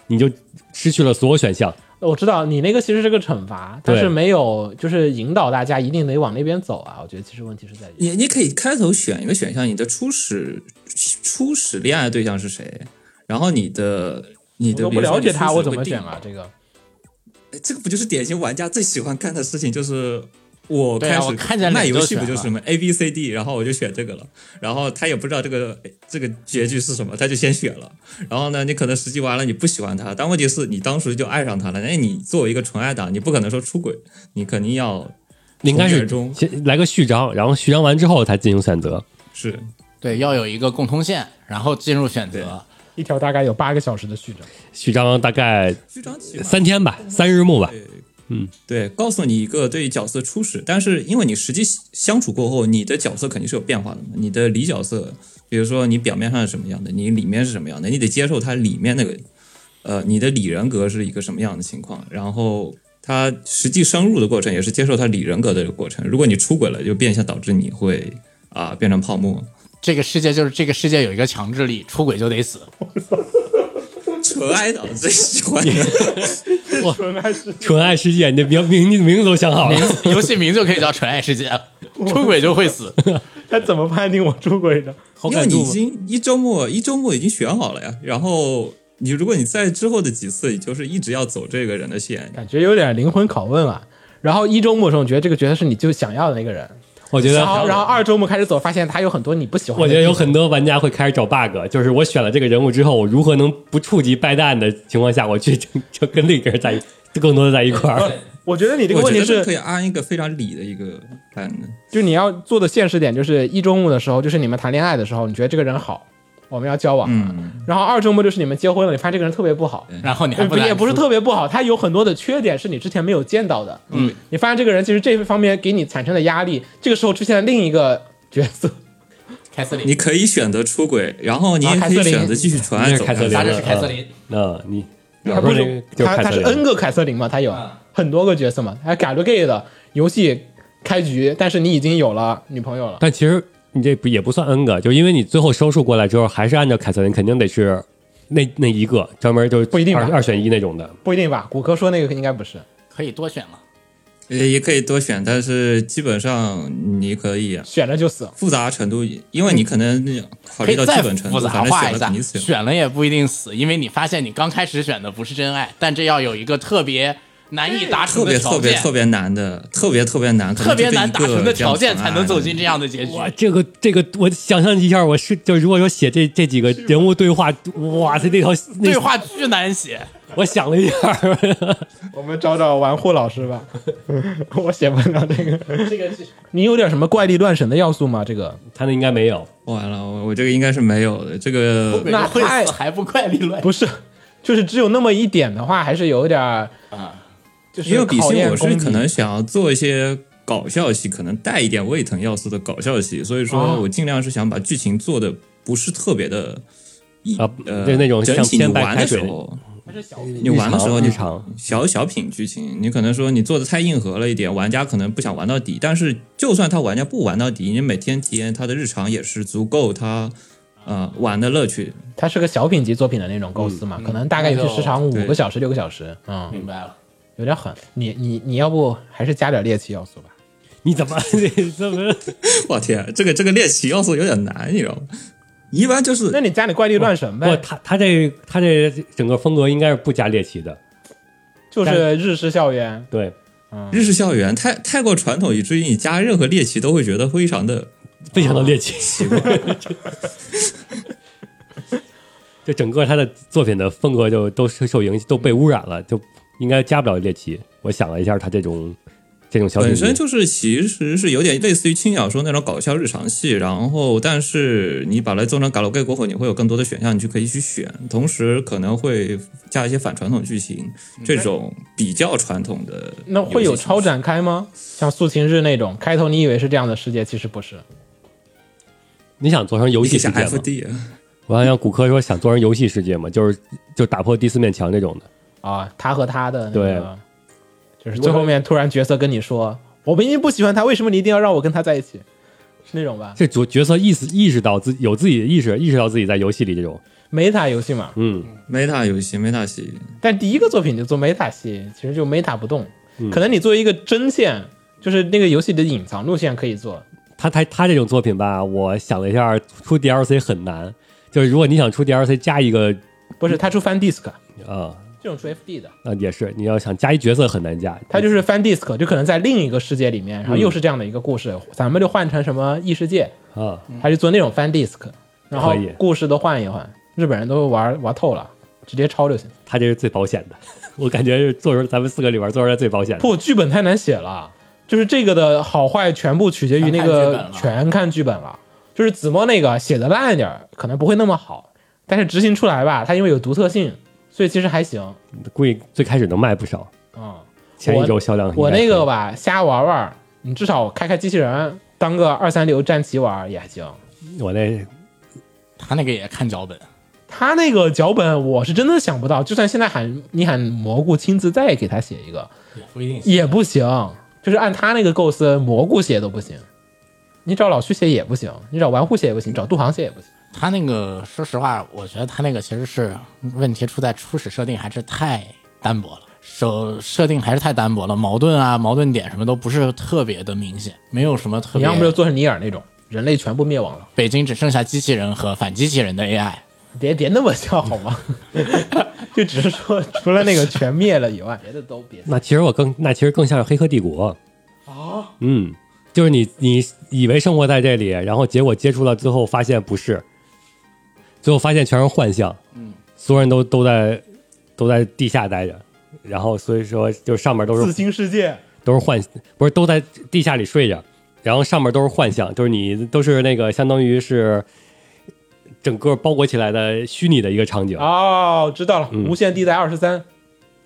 Speaker 3: 你就失去了所有选项。
Speaker 4: 我知道你那个其实是个惩罚，但
Speaker 3: 对
Speaker 4: 是没有就是引导大家一定得往那边走啊。我觉得其实问题是在于，
Speaker 6: 你你可以开头选一个选项，你的初始初始恋爱对象是谁，然后你的你
Speaker 4: 我
Speaker 6: 的
Speaker 4: 都
Speaker 6: 比
Speaker 4: 不
Speaker 6: 如说
Speaker 4: 了
Speaker 6: 你
Speaker 4: 解
Speaker 6: 初
Speaker 4: 他，
Speaker 6: 始
Speaker 4: 我怎么
Speaker 6: 会定
Speaker 4: 选啊？这个
Speaker 6: 哎这个不就是典型玩家最喜欢干的事情？就是我
Speaker 5: 对
Speaker 6: 开
Speaker 5: 啊
Speaker 6: 始
Speaker 5: 我看见
Speaker 6: 卖
Speaker 5: 脸
Speaker 6: 游
Speaker 5: 就
Speaker 6: 戏不
Speaker 5: 选
Speaker 6: 就是
Speaker 5: 了
Speaker 6: 吗？A B C D，然后我就选这个了。然后他也不知道这个哎这个结局是什么，他就先选了。然后呢，你可能实际玩了你不喜欢他，但问题是你当时就爱上他了。那你作为一个纯爱党，你不可能说出轨，你肯定要
Speaker 3: 应该
Speaker 6: 从
Speaker 3: 是
Speaker 6: 卷中
Speaker 3: 先来个序章，然后序章完之后才进行选择。
Speaker 6: 是
Speaker 5: 对，要有一个共通线，然后进入选择。
Speaker 4: 一条大概有八个小时的序章，
Speaker 3: 序章大概
Speaker 6: 序章起码
Speaker 3: 三天吧，三日目吧。
Speaker 6: 对，告诉你一个对于角色初始，但是因为你实际相处过后，你的角色肯定是有变化的嘛。你的里角色，比如说你表面上是什么样的，你里面是什么样的，你得接受它里面那个，呃，你的里人格是一个什么样的情况，然后他实际深入的过程也是接受他里人格的过程。如果你出轨了，就变相导致你会啊、变成泡沫，
Speaker 5: 这个世界就是这个世界有一个强制力，出轨就得死。
Speaker 6: 纯爱导最喜欢的。
Speaker 3: 纯爱世界，你的名名名字都想好了。
Speaker 5: 游戏名就可以叫《纯爱世界》，出轨就会死。
Speaker 4: 他怎么判定我出轨的？
Speaker 3: 好
Speaker 6: 因为
Speaker 3: 感
Speaker 6: 你
Speaker 3: 动
Speaker 6: 已经一周末一周末已经选好了呀，然后你如果你在之后的几次，你就是一直要走这个人的线，
Speaker 4: 感觉有点灵魂拷问啊。然后一周末的时候，你觉得这个角色是你就想要的那个人，
Speaker 3: 我觉得
Speaker 4: 然后然后二周末开始走，发现他有很多你不喜欢的
Speaker 3: 我
Speaker 4: 地
Speaker 3: 觉
Speaker 4: 方。
Speaker 3: 得有很多玩家会开始找 bug，就是我选了这个人物之后，我如何能不触及败蛋的情况下，我去 就就跟另一个人在一更多的在一 块儿。
Speaker 4: 我觉得你这个
Speaker 6: 我
Speaker 4: 问
Speaker 6: 觉
Speaker 4: 题
Speaker 6: 得
Speaker 4: 是
Speaker 6: 可以安一个非常理的一个版的。
Speaker 4: 就是你要做的现实点，就是一周目的时候，就是你们谈恋爱的时候，你觉得这个人好，我们要交往；
Speaker 6: 嗯，
Speaker 4: 然后二周目就是你们结婚了，你发现这个人特别不好，
Speaker 5: 然嗯后你还
Speaker 4: 呃
Speaker 5: 不
Speaker 4: 不
Speaker 5: 来
Speaker 4: 也不是特别不好，他有很多的缺点是你之前没有见到的。嗯，你发现这个人其实这方面给你产生的压力，这个时候出现了另一个角色，
Speaker 5: 凯瑟琳，
Speaker 6: 你可以选择出轨，然后你
Speaker 5: 啊
Speaker 6: 也
Speaker 5: 凯
Speaker 6: 可
Speaker 5: 瑟
Speaker 6: 以
Speaker 5: 琳
Speaker 6: 选择继续纯
Speaker 3: 你
Speaker 6: 爱
Speaker 3: 是
Speaker 6: 走
Speaker 3: 凯瑟琳
Speaker 5: 他
Speaker 6: 下
Speaker 5: 这
Speaker 6: 去。
Speaker 5: 是凯瑟琳，
Speaker 3: 那你
Speaker 4: 他
Speaker 3: 表
Speaker 4: 不
Speaker 3: 哥那
Speaker 4: 是
Speaker 3: 个就是
Speaker 4: 他
Speaker 3: 凯
Speaker 4: 他
Speaker 3: 瑟
Speaker 4: 是
Speaker 3: 琳
Speaker 4: N 个凯瑟琳嘛，他有很多个角色嘛，还改了 gay 的游戏开局，但是你已经有了女朋友了。
Speaker 3: 但其实你这不也不算 N 个，就因为你最后收束过来之后，还是按照凯瑟琳，肯定得是那那一个专门就是
Speaker 4: 不一定吧
Speaker 3: 二二选一那种的。
Speaker 4: 不一定吧，骨科说那个应该不是。
Speaker 5: 可以多选嘛？
Speaker 6: 也也可以多选，但是基本上你可以
Speaker 4: 选了就死，
Speaker 6: 复杂程度，因为你可能考
Speaker 5: 可
Speaker 6: 虑
Speaker 5: 以
Speaker 6: 到基
Speaker 5: 再
Speaker 6: 本程
Speaker 5: 复
Speaker 6: 度，
Speaker 5: 杂
Speaker 6: 反正
Speaker 5: 化
Speaker 6: 选
Speaker 5: 一
Speaker 6: 了
Speaker 5: 下
Speaker 6: 肯定，选。
Speaker 5: 选了也不一定死，因为你发现你刚开始选的不是真爱，但这要有一个特别难以达
Speaker 6: 特
Speaker 5: 成
Speaker 6: 别
Speaker 5: 的
Speaker 6: 哎特
Speaker 5: 条
Speaker 6: 别
Speaker 5: 件，
Speaker 6: 特别难的，特别特别难，可能
Speaker 5: 特别
Speaker 6: 就这
Speaker 5: 难
Speaker 6: 一
Speaker 5: 达
Speaker 6: 个啊
Speaker 5: 成的条件
Speaker 6: 这样
Speaker 5: 才能走
Speaker 6: 纯爱
Speaker 5: 进这样的结局。
Speaker 3: 哇，这个这个，我想象一下，我是就如果说写这这几个人物对话，哇塞，那条那
Speaker 5: 对话巨难写，
Speaker 3: 我想了一下，
Speaker 4: 我们找找玩户老师吧。 我写不了这个，这个 你有点什么怪力乱神的要素吗？这个
Speaker 3: 他那应该没有。
Speaker 6: 完了，我我这个应该是没有的，这个
Speaker 4: 那
Speaker 5: 会
Speaker 4: 太
Speaker 5: 死还不怪力乱。
Speaker 4: 不是，就是只有那么一点的话，还是有点啊，就是
Speaker 6: 因为比
Speaker 4: 考
Speaker 6: 心
Speaker 4: 验
Speaker 6: 我是
Speaker 4: 功底
Speaker 6: 可能想要做一些搞笑戏，可能带一点胃疼要素的搞笑戏，所以
Speaker 4: 啊
Speaker 6: 说我尽量是想把剧情做的不是特别的一
Speaker 3: 啊
Speaker 6: 呃
Speaker 3: 对那种
Speaker 6: 整
Speaker 3: 像
Speaker 6: 体你
Speaker 3: 偏白
Speaker 6: 玩
Speaker 3: 开
Speaker 6: 的时
Speaker 3: 水
Speaker 6: 候，
Speaker 3: 你
Speaker 6: 你玩的时候
Speaker 3: 日
Speaker 6: 你
Speaker 3: 常
Speaker 6: 小小品剧情，你可能说你做的太硬核了一点，玩家可能不想玩到底。但是就算他玩家不玩到底，你每天体验他的日常也是足够他呃玩的乐趣。
Speaker 4: 它是个小品级作品的那种构思嘛，可能大概游戏时长五
Speaker 6: 对
Speaker 4: 个小时、六个小时，嗯，
Speaker 5: 明白了，
Speaker 4: 有点狠。你你你要不还是加点猎奇要素吧？
Speaker 3: 你 怎么你怎么
Speaker 6: 我天，这个这个猎奇要素有点难，你知道吗？一般就是
Speaker 4: 那你加点怪力乱神
Speaker 3: 不？
Speaker 4: 呗，
Speaker 3: 他他这他这整个风格应该是不加猎奇的，
Speaker 4: 就是日式校园。
Speaker 3: 对，
Speaker 6: 日式校园太太过传统，以至于你加任何猎奇都会觉得非常的
Speaker 3: 非常的猎
Speaker 5: 哦
Speaker 3: 奇。 就整个他的作品的风格就都是受影响，都被污染了，就应该加不了猎奇。我想了一下，他这种这种小品
Speaker 6: 本身
Speaker 3: 集
Speaker 6: 就是其实是有点类似于轻小说那种搞笑日常戏，然后但是你把它做成嘎罗盖过后，你会有更多的选项，你去可以去选，同时可能会加一些反传统剧情，这种比较传统的
Speaker 4: 嗯那会有
Speaker 6: 游戏形式
Speaker 4: 超展开吗？像《素琴日》那种，开头你以为是这样的世界，其实不是。
Speaker 3: 你想做成游
Speaker 6: 你可
Speaker 3: 戏
Speaker 6: 以
Speaker 3: 世
Speaker 6: 下
Speaker 3: 界吗？
Speaker 6: FD 啊。
Speaker 3: 我好像骨科说想做成游戏世界嘛，就是就打破第四面墙这种的。
Speaker 4: 啊，他和他的那
Speaker 3: 对
Speaker 4: 个，就是最后面突然角色跟你说，我明明不喜欢他，为什么你一定要让我跟他在一起？是那种吧
Speaker 3: 这角角色意识意识到自有自己的意识，意识到自己在游戏里这种，
Speaker 4: ？meta 游戏嘛，
Speaker 3: 嗯，
Speaker 6: meta 游戏，meta 系，
Speaker 4: 但第一个作品就做 meta 系，其实就 meta 不动。可能你作为一个针线，就是那个游戏的隐藏路线可以做，
Speaker 3: 他他他这种作品吧，我想了一下，出 DLC 很难。就是如果你想出 DLC 加一个
Speaker 4: 不是他出 fan disc
Speaker 3: 啊
Speaker 4: 这种出 FD 的，
Speaker 3: 啊也是，你要想加一角色很难加。
Speaker 4: 他就是 fan disc，就可能在另一个世界里面，
Speaker 3: 嗯
Speaker 4: 然后又是这样的一个故事，咱们就换成什么异世界，
Speaker 3: 啊，
Speaker 4: 他就做那种 fan disc，然后
Speaker 3: 可以
Speaker 4: 故事都换一换，日本人都玩玩透了，直接抄就行。
Speaker 3: 他 这是最保险的，我感觉是做出咱们四个里边做出来最保险的。
Speaker 4: 不，剧本太难写了，就是这个的好坏全部取决于那个全看剧本了。就是子墨那个写的烂一点儿，可能不会那么好，但是执行出来吧，它因为有独特性，所以其实还行啊、
Speaker 3: 估计最开始能卖不少，
Speaker 4: 嗯
Speaker 3: 前一周销量应该
Speaker 4: 我那
Speaker 3: 可
Speaker 4: 个
Speaker 3: 以
Speaker 4: 吧，瞎玩玩，你至少开开机器人，当个二三流战旗玩儿也还行。
Speaker 3: 我那
Speaker 5: 他那个也看脚本，
Speaker 4: 他那个脚本我是真的想不到，就算现在喊你喊蘑菇亲自再给他写一个
Speaker 5: 也不一定行。
Speaker 4: 也不行，就是按他那个构思，蘑菇写都不行，你找老徐写也不行，你找玩户写也不行，找杜航写也不行。
Speaker 5: 他那个，说实话，我觉得他那个其实是问题出在初始设定还是太单薄了，设设定还是太单薄了，矛盾啊、矛盾点什么都不是特别的明显，没有什么
Speaker 4: 你
Speaker 5: 特别。
Speaker 4: 要么就做成尼尔那种，人类全部灭亡了，
Speaker 5: 北京只剩下机器人和反机器人的 AI，
Speaker 4: 别别那么笑好 吗？就只是说除了那个全灭了以外，别的都别。
Speaker 3: 那其实我更那其实更像是《黑客帝国》啊，嗯，就是你你以为生活在这里，然后结果接触了之后发现不是，最后发现全是幻象，嗯，所有人都都在都在地下待着，然后所以说就上面都是
Speaker 4: 四星世界，
Speaker 3: 都是幻，不是都在地下里睡着，然后上面都是幻象，就是你都是那个相当于是整个包裹起来的虚拟的一个场景，
Speaker 4: 哦，知道了，无限地带二十三，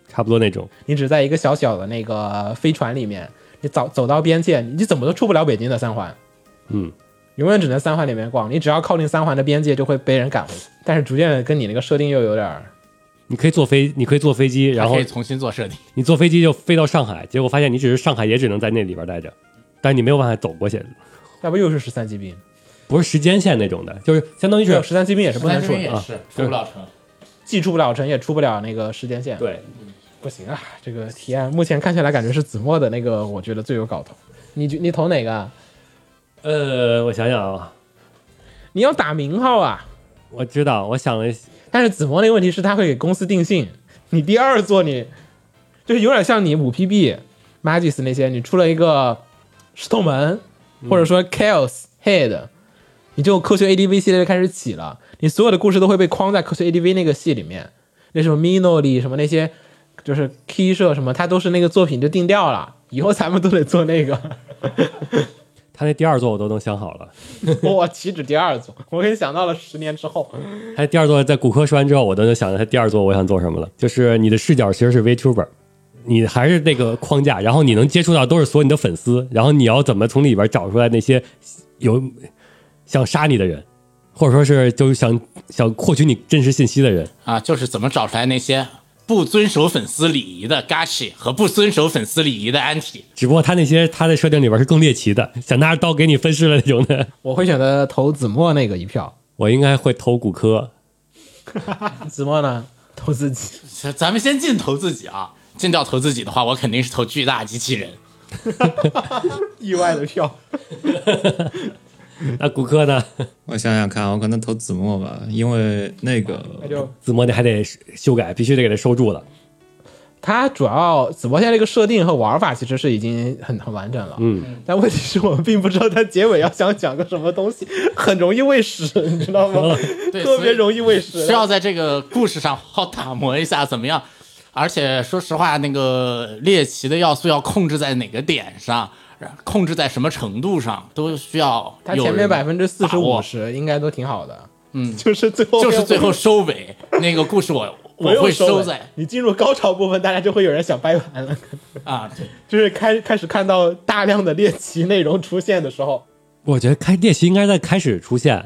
Speaker 3: 差不多那种。
Speaker 4: 你只在一个小小的那个飞船里面，你走走到边界，你怎么都出不了北京的三环，
Speaker 3: 嗯，
Speaker 4: 永远只能三环里面逛。你只要靠近三环的边界，就会被人赶回去。但是逐渐的跟你那个设定又有点儿，
Speaker 3: 你可以坐飞，你可以坐飞机，然后
Speaker 5: 还可以重新做设定。
Speaker 3: 你坐飞机就飞到上海，结果发现你只是上海，也只能在那里边待着，但是你没有办法走过去，
Speaker 4: 要不又是十三机兵，
Speaker 3: 不是时间线那种的，就是相当于是
Speaker 4: 十三机兵也是不能出的，
Speaker 5: 也是出不了城，
Speaker 4: 既出不了城，也出不了那个时间线。，
Speaker 3: 对，
Speaker 4: 不行啊，这个提案目前看下来，感觉是子墨的那个，我觉得最有搞头。你觉你投哪个啊？
Speaker 3: 呃，我想想啊，
Speaker 4: 你要打名号啊？
Speaker 3: 我知道，我想了一，
Speaker 4: 但是子墨那个问题是，他会给公司定性。你第二座你就是有点像你五 PB、Magis 那些，你出了一个石头门，或者说 Chaos Head，你就科学 ADV 系列就开始起了。你所有的故事都会被框在科学 ADV 那个系里面，那什么 Mino 里什么那些，就是 Key 社什么，它都是那个作品就定调了。以后咱们都得做那个。
Speaker 3: 他那第二座我都能想好了，
Speaker 4: 我岂止第二座，我给你想到了十年之后。
Speaker 3: 他第二座在骨科说完之后，我都能想到他第二座我想做什么了，就是你的视角其实是 VTuber。你还是那个框架，然后你能接触到都是所有你的粉丝，然后你要怎么从里边找出来那些有想杀你的人，或者说是就是想想获取你真实信息的人，
Speaker 5: 啊，就是怎么找出来那些不遵守粉丝礼仪的 Gachi 和不遵守粉丝礼仪的 Anti。
Speaker 3: 只不过他那些他的设定里边是更猎奇的，想拿着刀给你分尸了那种的。
Speaker 4: 我会选择投子墨那个一票。
Speaker 3: 我应该会投骨科，
Speaker 4: 子墨呢？投自己。
Speaker 5: 咱咱们先进投自己啊，进掉投自己的话，我肯定是投巨大机器人。
Speaker 4: 意外的票。
Speaker 3: 那骨科 呢？
Speaker 6: 我想想看，我可能投子墨吧，因为 那
Speaker 4: 那
Speaker 6: 个
Speaker 4: 就
Speaker 3: 子墨你还得修改，必须得给他收住了。
Speaker 4: 它主要子墨现在这个设定和玩法其实是已经很很完整了，嗯，但问题是我们并不知道它结尾要想讲个什么东西， 很容易喂屎， 你知道吗？
Speaker 5: 对
Speaker 4: 特别容易喂屎
Speaker 5: 需。要在这个故事上好好打磨一下，怎么样？而且说实话，那个猎奇的要素要控制在哪个点上，控制在什么程度上，都需要
Speaker 4: 它
Speaker 5: 有
Speaker 4: 前面
Speaker 5: 人
Speaker 4: 百分之四
Speaker 5: 把
Speaker 4: 十
Speaker 5: 握
Speaker 4: 五十应该都挺好的，嗯，就是最后
Speaker 5: 就是最后收尾那个故事我，
Speaker 4: 不
Speaker 5: 我
Speaker 4: 用
Speaker 5: 会
Speaker 4: 收
Speaker 5: 收
Speaker 4: 尾
Speaker 5: 在
Speaker 4: 你进入高潮部分，大家就会有人想掰盘了，
Speaker 5: 啊，对，
Speaker 4: 就是开开始看到大量的猎奇内容出现的时候，
Speaker 3: 我觉得开猎奇应该在开始出现啊、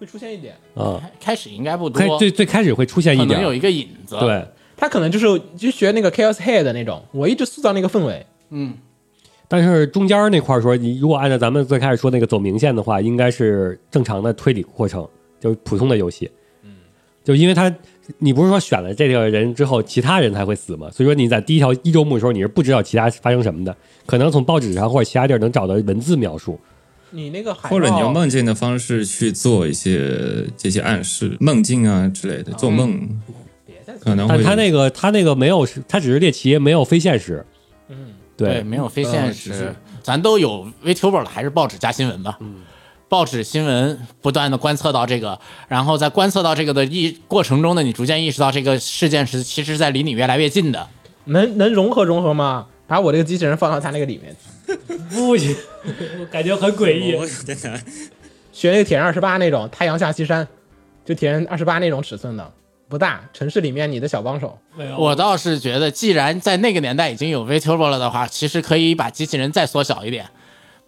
Speaker 4: 会出现一点。
Speaker 5: 开始应该不
Speaker 3: 开
Speaker 5: 多，
Speaker 3: 最最开始会出现
Speaker 5: 可
Speaker 3: 一
Speaker 5: 能
Speaker 3: 点
Speaker 5: 有
Speaker 3: 儿，
Speaker 5: 一个引子，，
Speaker 3: 对
Speaker 4: 他可能就是就学那个 Chaos Head 的那种，我一直塑造那个氛围，
Speaker 3: 但是中间那块儿说，你如果按照咱们最开始说那个走明线的话，应该是正常的推理过程，就是普通的游戏。嗯，就因为他，你不是说选了这个人之后，其他人才会死吗？所以说你在第一条一周目的时候，你是不知道其他发生什么的，可能从报纸上或者其他地儿能找到文字描述。
Speaker 4: 你那个海报
Speaker 6: 或者你用梦境的方式去做一些这些暗示，梦境啊之类的，做梦可能
Speaker 3: 嗯但
Speaker 6: 会
Speaker 3: 他那个他那个没有，他只是猎奇，没有非现实。嗯，对，
Speaker 5: 没有非
Speaker 4: 嗯
Speaker 5: 现实，咱都有 VTuber 了，还是报纸加新闻吧。
Speaker 4: 嗯
Speaker 5: 报纸新闻不断的观测到这个，然后在观测到这个的意过程中呢，你逐渐意识到这个事件是其实在离你越来越近的。
Speaker 4: 能能融合融合吗？把我这个机器人放到他那个里面去，
Speaker 3: 不行，我感觉很诡异。
Speaker 6: 我有点 难。
Speaker 4: 学那个铁人二十八那种太阳下西山，就铁人二十八那种尺寸的，不大，城市里面你的小帮手。
Speaker 3: 没有
Speaker 5: 我倒是觉得，既然在那个年代已经有 VTuber 了的话，其实可以把机器人再缩小一点，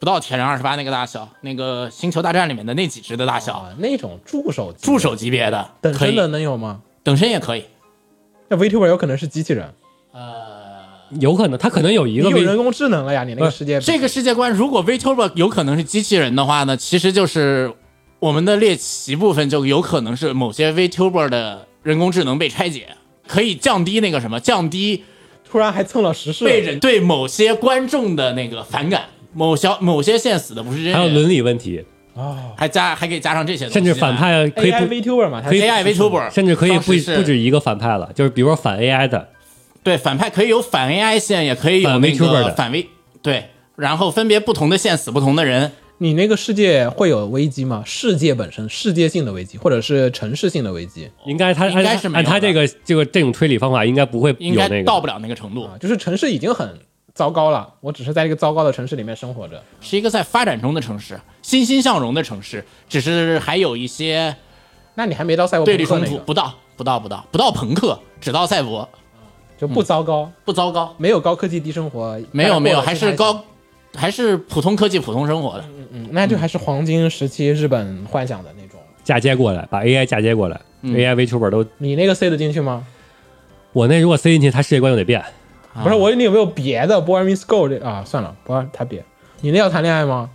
Speaker 5: 不到铁人二十八那个大小，那个《星球大战》里面的那几只的大小，
Speaker 4: 啊，那种助 手级
Speaker 5: 助手级别的
Speaker 4: 等
Speaker 5: 可
Speaker 4: 身
Speaker 5: 以，
Speaker 4: 的能有吗？
Speaker 5: 等身也可以。
Speaker 4: 那 VTuber 有可能是机器人，呃
Speaker 3: 有可能，他可能有一
Speaker 4: 你
Speaker 3: 个
Speaker 4: 有
Speaker 3: 微
Speaker 4: 人工智能了呀，你那个
Speaker 3: 不是
Speaker 4: 世界
Speaker 5: 这个世界观，如果 VTuber 有可能是机器人的话呢，其实就是我们的猎奇部分就有可能是某些 VTuber 的人工智能被拆解，可以降低那个什么，降低
Speaker 4: 突然还蹭了时事，
Speaker 5: 被人对某些观众的那个反感。某小某些线死的不是真人，
Speaker 3: 还有伦理问题，
Speaker 5: 还加还可以加上这些东西，
Speaker 3: 甚
Speaker 5: 啊
Speaker 3: 至反。派可以
Speaker 4: AI
Speaker 3: 不，
Speaker 4: VTuber 嘛，它
Speaker 5: AI VTuber，
Speaker 3: 甚至可以
Speaker 5: 当
Speaker 3: 不
Speaker 5: 时是
Speaker 3: 不止一个反派了，就是比如说反 AI 的，
Speaker 5: 对反派可以有反 AI 线，也可以有
Speaker 3: 反
Speaker 5: 那
Speaker 3: VTuber
Speaker 5: 个
Speaker 3: 的
Speaker 5: 反 V 对，然后分别不同的线死不同的人，
Speaker 4: 你那个世界会有危机吗？世界本身，世界性的危机，或者是城市性的危机
Speaker 3: 应该他
Speaker 5: 应该是
Speaker 3: 按
Speaker 5: 没有
Speaker 3: 按他
Speaker 5: 的
Speaker 3: 这个这个这种推理方法，应该不会
Speaker 5: 应
Speaker 3: 有
Speaker 5: 该
Speaker 3: 那
Speaker 5: 到
Speaker 3: 个。
Speaker 5: 不了那个程度，
Speaker 4: 啊，就是城市已经很糟糕了，我只是在这个糟糕的城市里面生活着。
Speaker 5: 是一个在发展中的城市，欣欣向荣的城市，只是还有一些
Speaker 4: 那你还没到赛博
Speaker 5: 对
Speaker 4: 朋
Speaker 5: 立
Speaker 4: 克
Speaker 5: 冲
Speaker 4: 那
Speaker 5: 突，
Speaker 4: 个，
Speaker 5: 不到不到不到不到朋克，只到赛博，
Speaker 4: 就不糟糕，
Speaker 5: 不糟糕，
Speaker 4: 没有高科技低生活，
Speaker 5: 嗯没有没有，还
Speaker 4: 是
Speaker 5: 是高，还是普通科技普通生活的，
Speaker 4: 嗯，那就还是黄金时期日本幻想的那种。
Speaker 3: 嫁接过来，把 AI 嫁接过来、a i VTuber 都，
Speaker 4: 你那个塞得进去吗？
Speaker 3: 我那如果塞进去，他世界观就得变。
Speaker 5: 啊
Speaker 4: 不是，我问你有没有别的《Boy Meets Girl》这啊？算了，不要他别。你那要谈恋爱吗？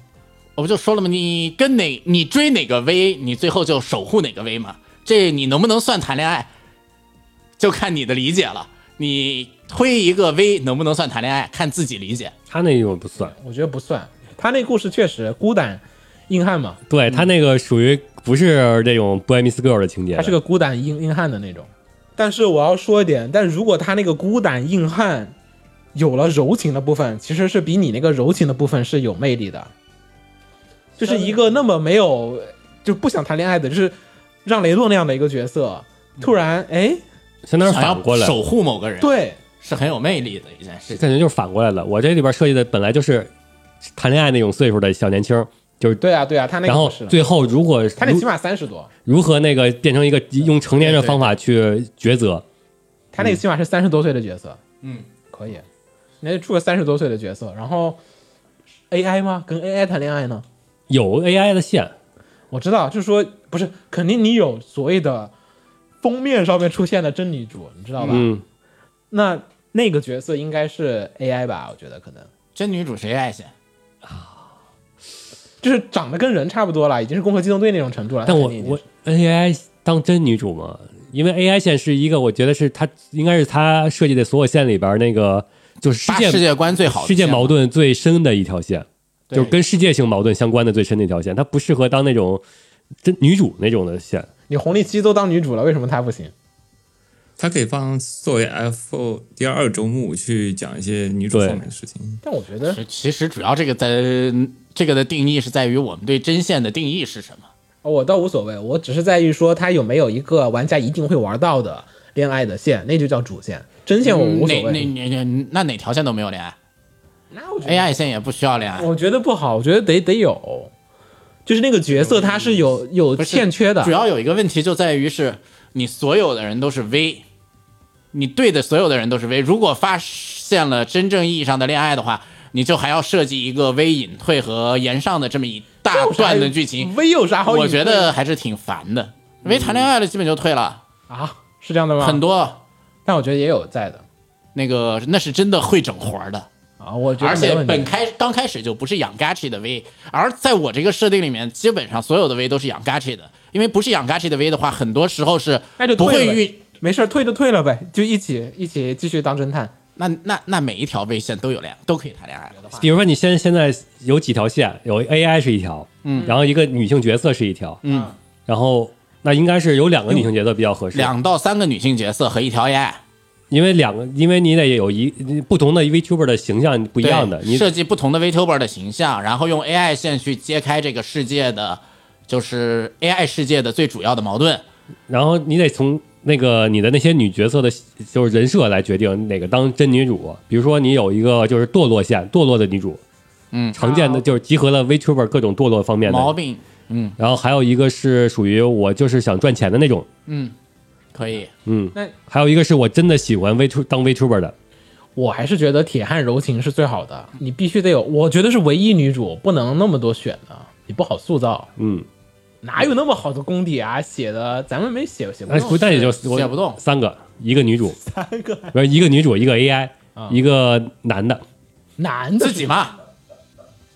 Speaker 5: 我不就说了吗？你跟哪，你追哪个 V，你最后就守护哪个 V 嘛。这你能不能算谈恋爱，就看你的理解了。你推一个 V 能不能算谈恋爱，看自己理解。
Speaker 3: 他那种不算，
Speaker 4: 我觉得不算。他那故事确实孤胆硬汉嘛，
Speaker 3: 对他那个属于不是这种 boy miss girl 的情节的，
Speaker 4: 他是个孤胆硬硬汉的那种。但是我要说一点，但如果他那个孤胆硬汉有了柔情的部分，其实是比你那个柔情的部分是有魅力的。就是一个那么没有就不想谈恋爱的，就是让雷诺那样的一个角色，突然哎，
Speaker 3: 相当于
Speaker 5: 想
Speaker 3: 反过
Speaker 5: 要
Speaker 3: 来，
Speaker 5: 守护某个人，
Speaker 4: 对，
Speaker 5: 是很有魅力的一件事情。
Speaker 3: 感觉就是反过来了。我这里边设计的本来就是谈恋爱那种岁数的小年轻，就是
Speaker 4: 对啊，对嗯啊，他那个
Speaker 3: 然后
Speaker 4: 不是的
Speaker 3: 最后如果
Speaker 4: 他那起码三十多，
Speaker 3: 如何那个变成一个用成年人的方法去抉择，
Speaker 4: 他那个起码是三十多岁的角色，
Speaker 5: 嗯，
Speaker 4: 可以，那就出个三十多岁的角色，然后 AI 吗？跟 AI 谈恋爱呢？
Speaker 3: 有 AI 的线，
Speaker 4: 我知道，就是说不是，肯定你有所谓的封面上面出现的真女主，你知道吧？
Speaker 3: 嗯，
Speaker 4: 那那个角色应该是 AI 吧？我觉得可能
Speaker 5: 真女主谁爱先？
Speaker 4: 就是长得跟人差不多了，已经是攻壳机动队那种程度了。
Speaker 3: 但
Speaker 4: 那
Speaker 3: 我
Speaker 4: 肯定已经
Speaker 3: 我
Speaker 4: 是
Speaker 3: AI 当真女主嘛，因为 AI 线是一个，我觉得是它应该是它设计的所有线里边那个就是世
Speaker 5: 把
Speaker 3: 界
Speaker 5: 世界观最好的
Speaker 3: 世界
Speaker 5: 线嘛
Speaker 3: 矛盾最深的一条线，
Speaker 5: 对
Speaker 3: 就是跟世界性矛盾相关的最深的一条线，它不适合当那种真女主那种的线。
Speaker 5: 啊
Speaker 4: 你红利期都当女主了，为什么她不行？
Speaker 6: 他可以放作为 F 第二周目去讲一些女主
Speaker 3: 对
Speaker 6: 方面的事情。
Speaker 4: 但我觉得
Speaker 5: 是其实主要这个在这个的定义是在于我们对针线的定义是什么。
Speaker 4: 哦我倒无所谓，我只是在于说他有没有一个玩家一定会玩到的恋爱的线，那就叫主线。真线我无所
Speaker 5: 哪哪
Speaker 4: 谓，
Speaker 5: 哪哪那哪条线都没有恋爱
Speaker 4: 那我觉得
Speaker 5: ，AI 线也不需要恋爱。
Speaker 4: 我觉得不好，我觉得得得有，就是那个角色他是有有
Speaker 5: 不是
Speaker 4: 欠缺的
Speaker 5: 主。要有一个问题就在于是你所有的人都是 V，你对的所有的人都是 V。如果发现了真正意义上的恋爱的话，你就还要设计一个 V 隐退和延上的这么一大段的剧情，
Speaker 4: ，V 有啥好隐
Speaker 5: 我
Speaker 4: 退？
Speaker 5: 觉得还是挺烦的。没谈恋爱了，基本就退了，
Speaker 4: 啊，是这样的吗？
Speaker 5: 很，多
Speaker 4: 但我觉得也有在的
Speaker 5: 那个那是真的会整活儿的。
Speaker 4: 啊，我觉得
Speaker 5: 而且
Speaker 4: 没问题
Speaker 5: 本开刚开始就不是养 Gachi 的 V，而在我这个设定里面，基本上所有的 V 都是养 Gachi 的，因为不是养 Gachi 的 V 的话，很多时候是
Speaker 4: 那就
Speaker 5: 不
Speaker 4: 退
Speaker 5: 会
Speaker 4: 了呗
Speaker 5: 遇
Speaker 4: 没事儿，退就退了呗，就一起一起继续当侦探。
Speaker 5: 那那那每一条 V 线都有恋爱，都可以谈恋爱
Speaker 3: 比如说你现现在有几条线，有 AI 是一条，嗯，然后一个女性角色是一条，
Speaker 5: 嗯，
Speaker 3: 然后那应该是有两个女性角色比较合适，
Speaker 5: 两到三个女性角色和一条 AI
Speaker 3: 因为两个，因为你得有一不同的 VTuber 的形象不
Speaker 5: 不
Speaker 3: 一样的，你
Speaker 5: 设计不同的 VTuber 的形象，然后用 AI 线去揭开这个世界的，就是 AI 世界的最主要的矛盾。
Speaker 3: 然后你得从那个你的那些女角色的，就是人设来决定哪个当真女主。比如说你有一个就是堕落线，堕落的女主，
Speaker 5: 嗯啊
Speaker 3: 常见的就是集合了 VTuber 各种堕落方面的
Speaker 5: 毛病，嗯
Speaker 3: 然后还有一个是属于我就是想赚钱的那种，
Speaker 5: 嗯，可以，
Speaker 3: 嗯，
Speaker 4: 那
Speaker 3: 还有一个是我真的喜欢 VTu 当 VTuber 的，
Speaker 4: 我还是觉得铁汉柔情是最好的，你必须得有，我觉得是唯一女主，不能那么多选的，你不好塑造，
Speaker 3: 嗯，
Speaker 4: 哪有那么好的功底啊？写的咱们没写写不
Speaker 3: 哎，
Speaker 4: 动
Speaker 3: 不但也就
Speaker 5: 写
Speaker 3: 我
Speaker 5: 写不动
Speaker 3: 三个，一个女主，
Speaker 4: 三个
Speaker 3: 不是一个女主，一个 AI，一
Speaker 5: 啊
Speaker 3: 个男的，
Speaker 4: 男的
Speaker 5: 自己嘛，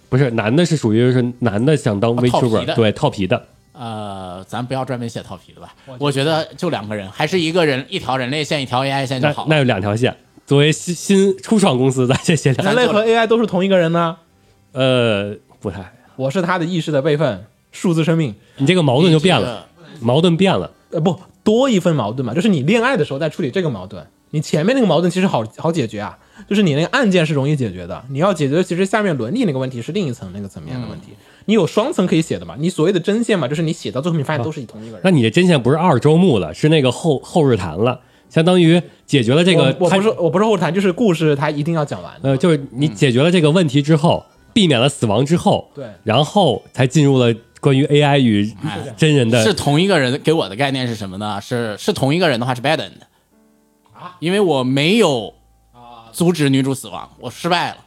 Speaker 3: 不是男的是属于是男的想当
Speaker 5: 啊套皮
Speaker 3: VTuber，
Speaker 5: 的
Speaker 3: 对，套皮的，
Speaker 5: 呃，咱不要专门写套皮的吧，我觉得就两个人，还是一个人一条人类线，一条 AI 线就
Speaker 3: 那
Speaker 5: 好
Speaker 3: 那
Speaker 5: 了。
Speaker 3: 有两条线。作为新新初创公司，咱先写两
Speaker 4: 人类和 AI 都是同一个人呢。
Speaker 3: 呃，不太，
Speaker 4: 我是他的意识的备份，数字生命，
Speaker 3: 你这个矛盾就变
Speaker 4: 嗯
Speaker 3: 了，矛盾变了。
Speaker 4: 呃，不多一份矛盾嘛，就是你恋爱的时候在处理这个矛盾，你前面那个矛盾其实好好解决啊，就是你那个案件是容易解决的，你要解决其实下面伦理那个问题是另一层那个层面的问题，
Speaker 3: 嗯
Speaker 4: 你有双层可以写的嘛，你所谓的针线嘛，就是你写到最后你发现都是同一个人。
Speaker 3: 那你这针线不是二周目了，是那个后后日谈了，相当于解决了这个
Speaker 4: 我我
Speaker 3: 他
Speaker 4: 不是我不是后台，就是故事它一定要讲完的。
Speaker 3: 呃，就是你解决了这个问题之后，避免了死亡之后，
Speaker 4: 嗯对
Speaker 3: 然后才进入了关于 AI 与
Speaker 5: 哎
Speaker 3: 真人的
Speaker 5: 是同一个人，给我的概念是什么呢？是是同一个人的话是 bad end，因
Speaker 4: 啊
Speaker 5: 为我没有阻止女主死亡，我失败了，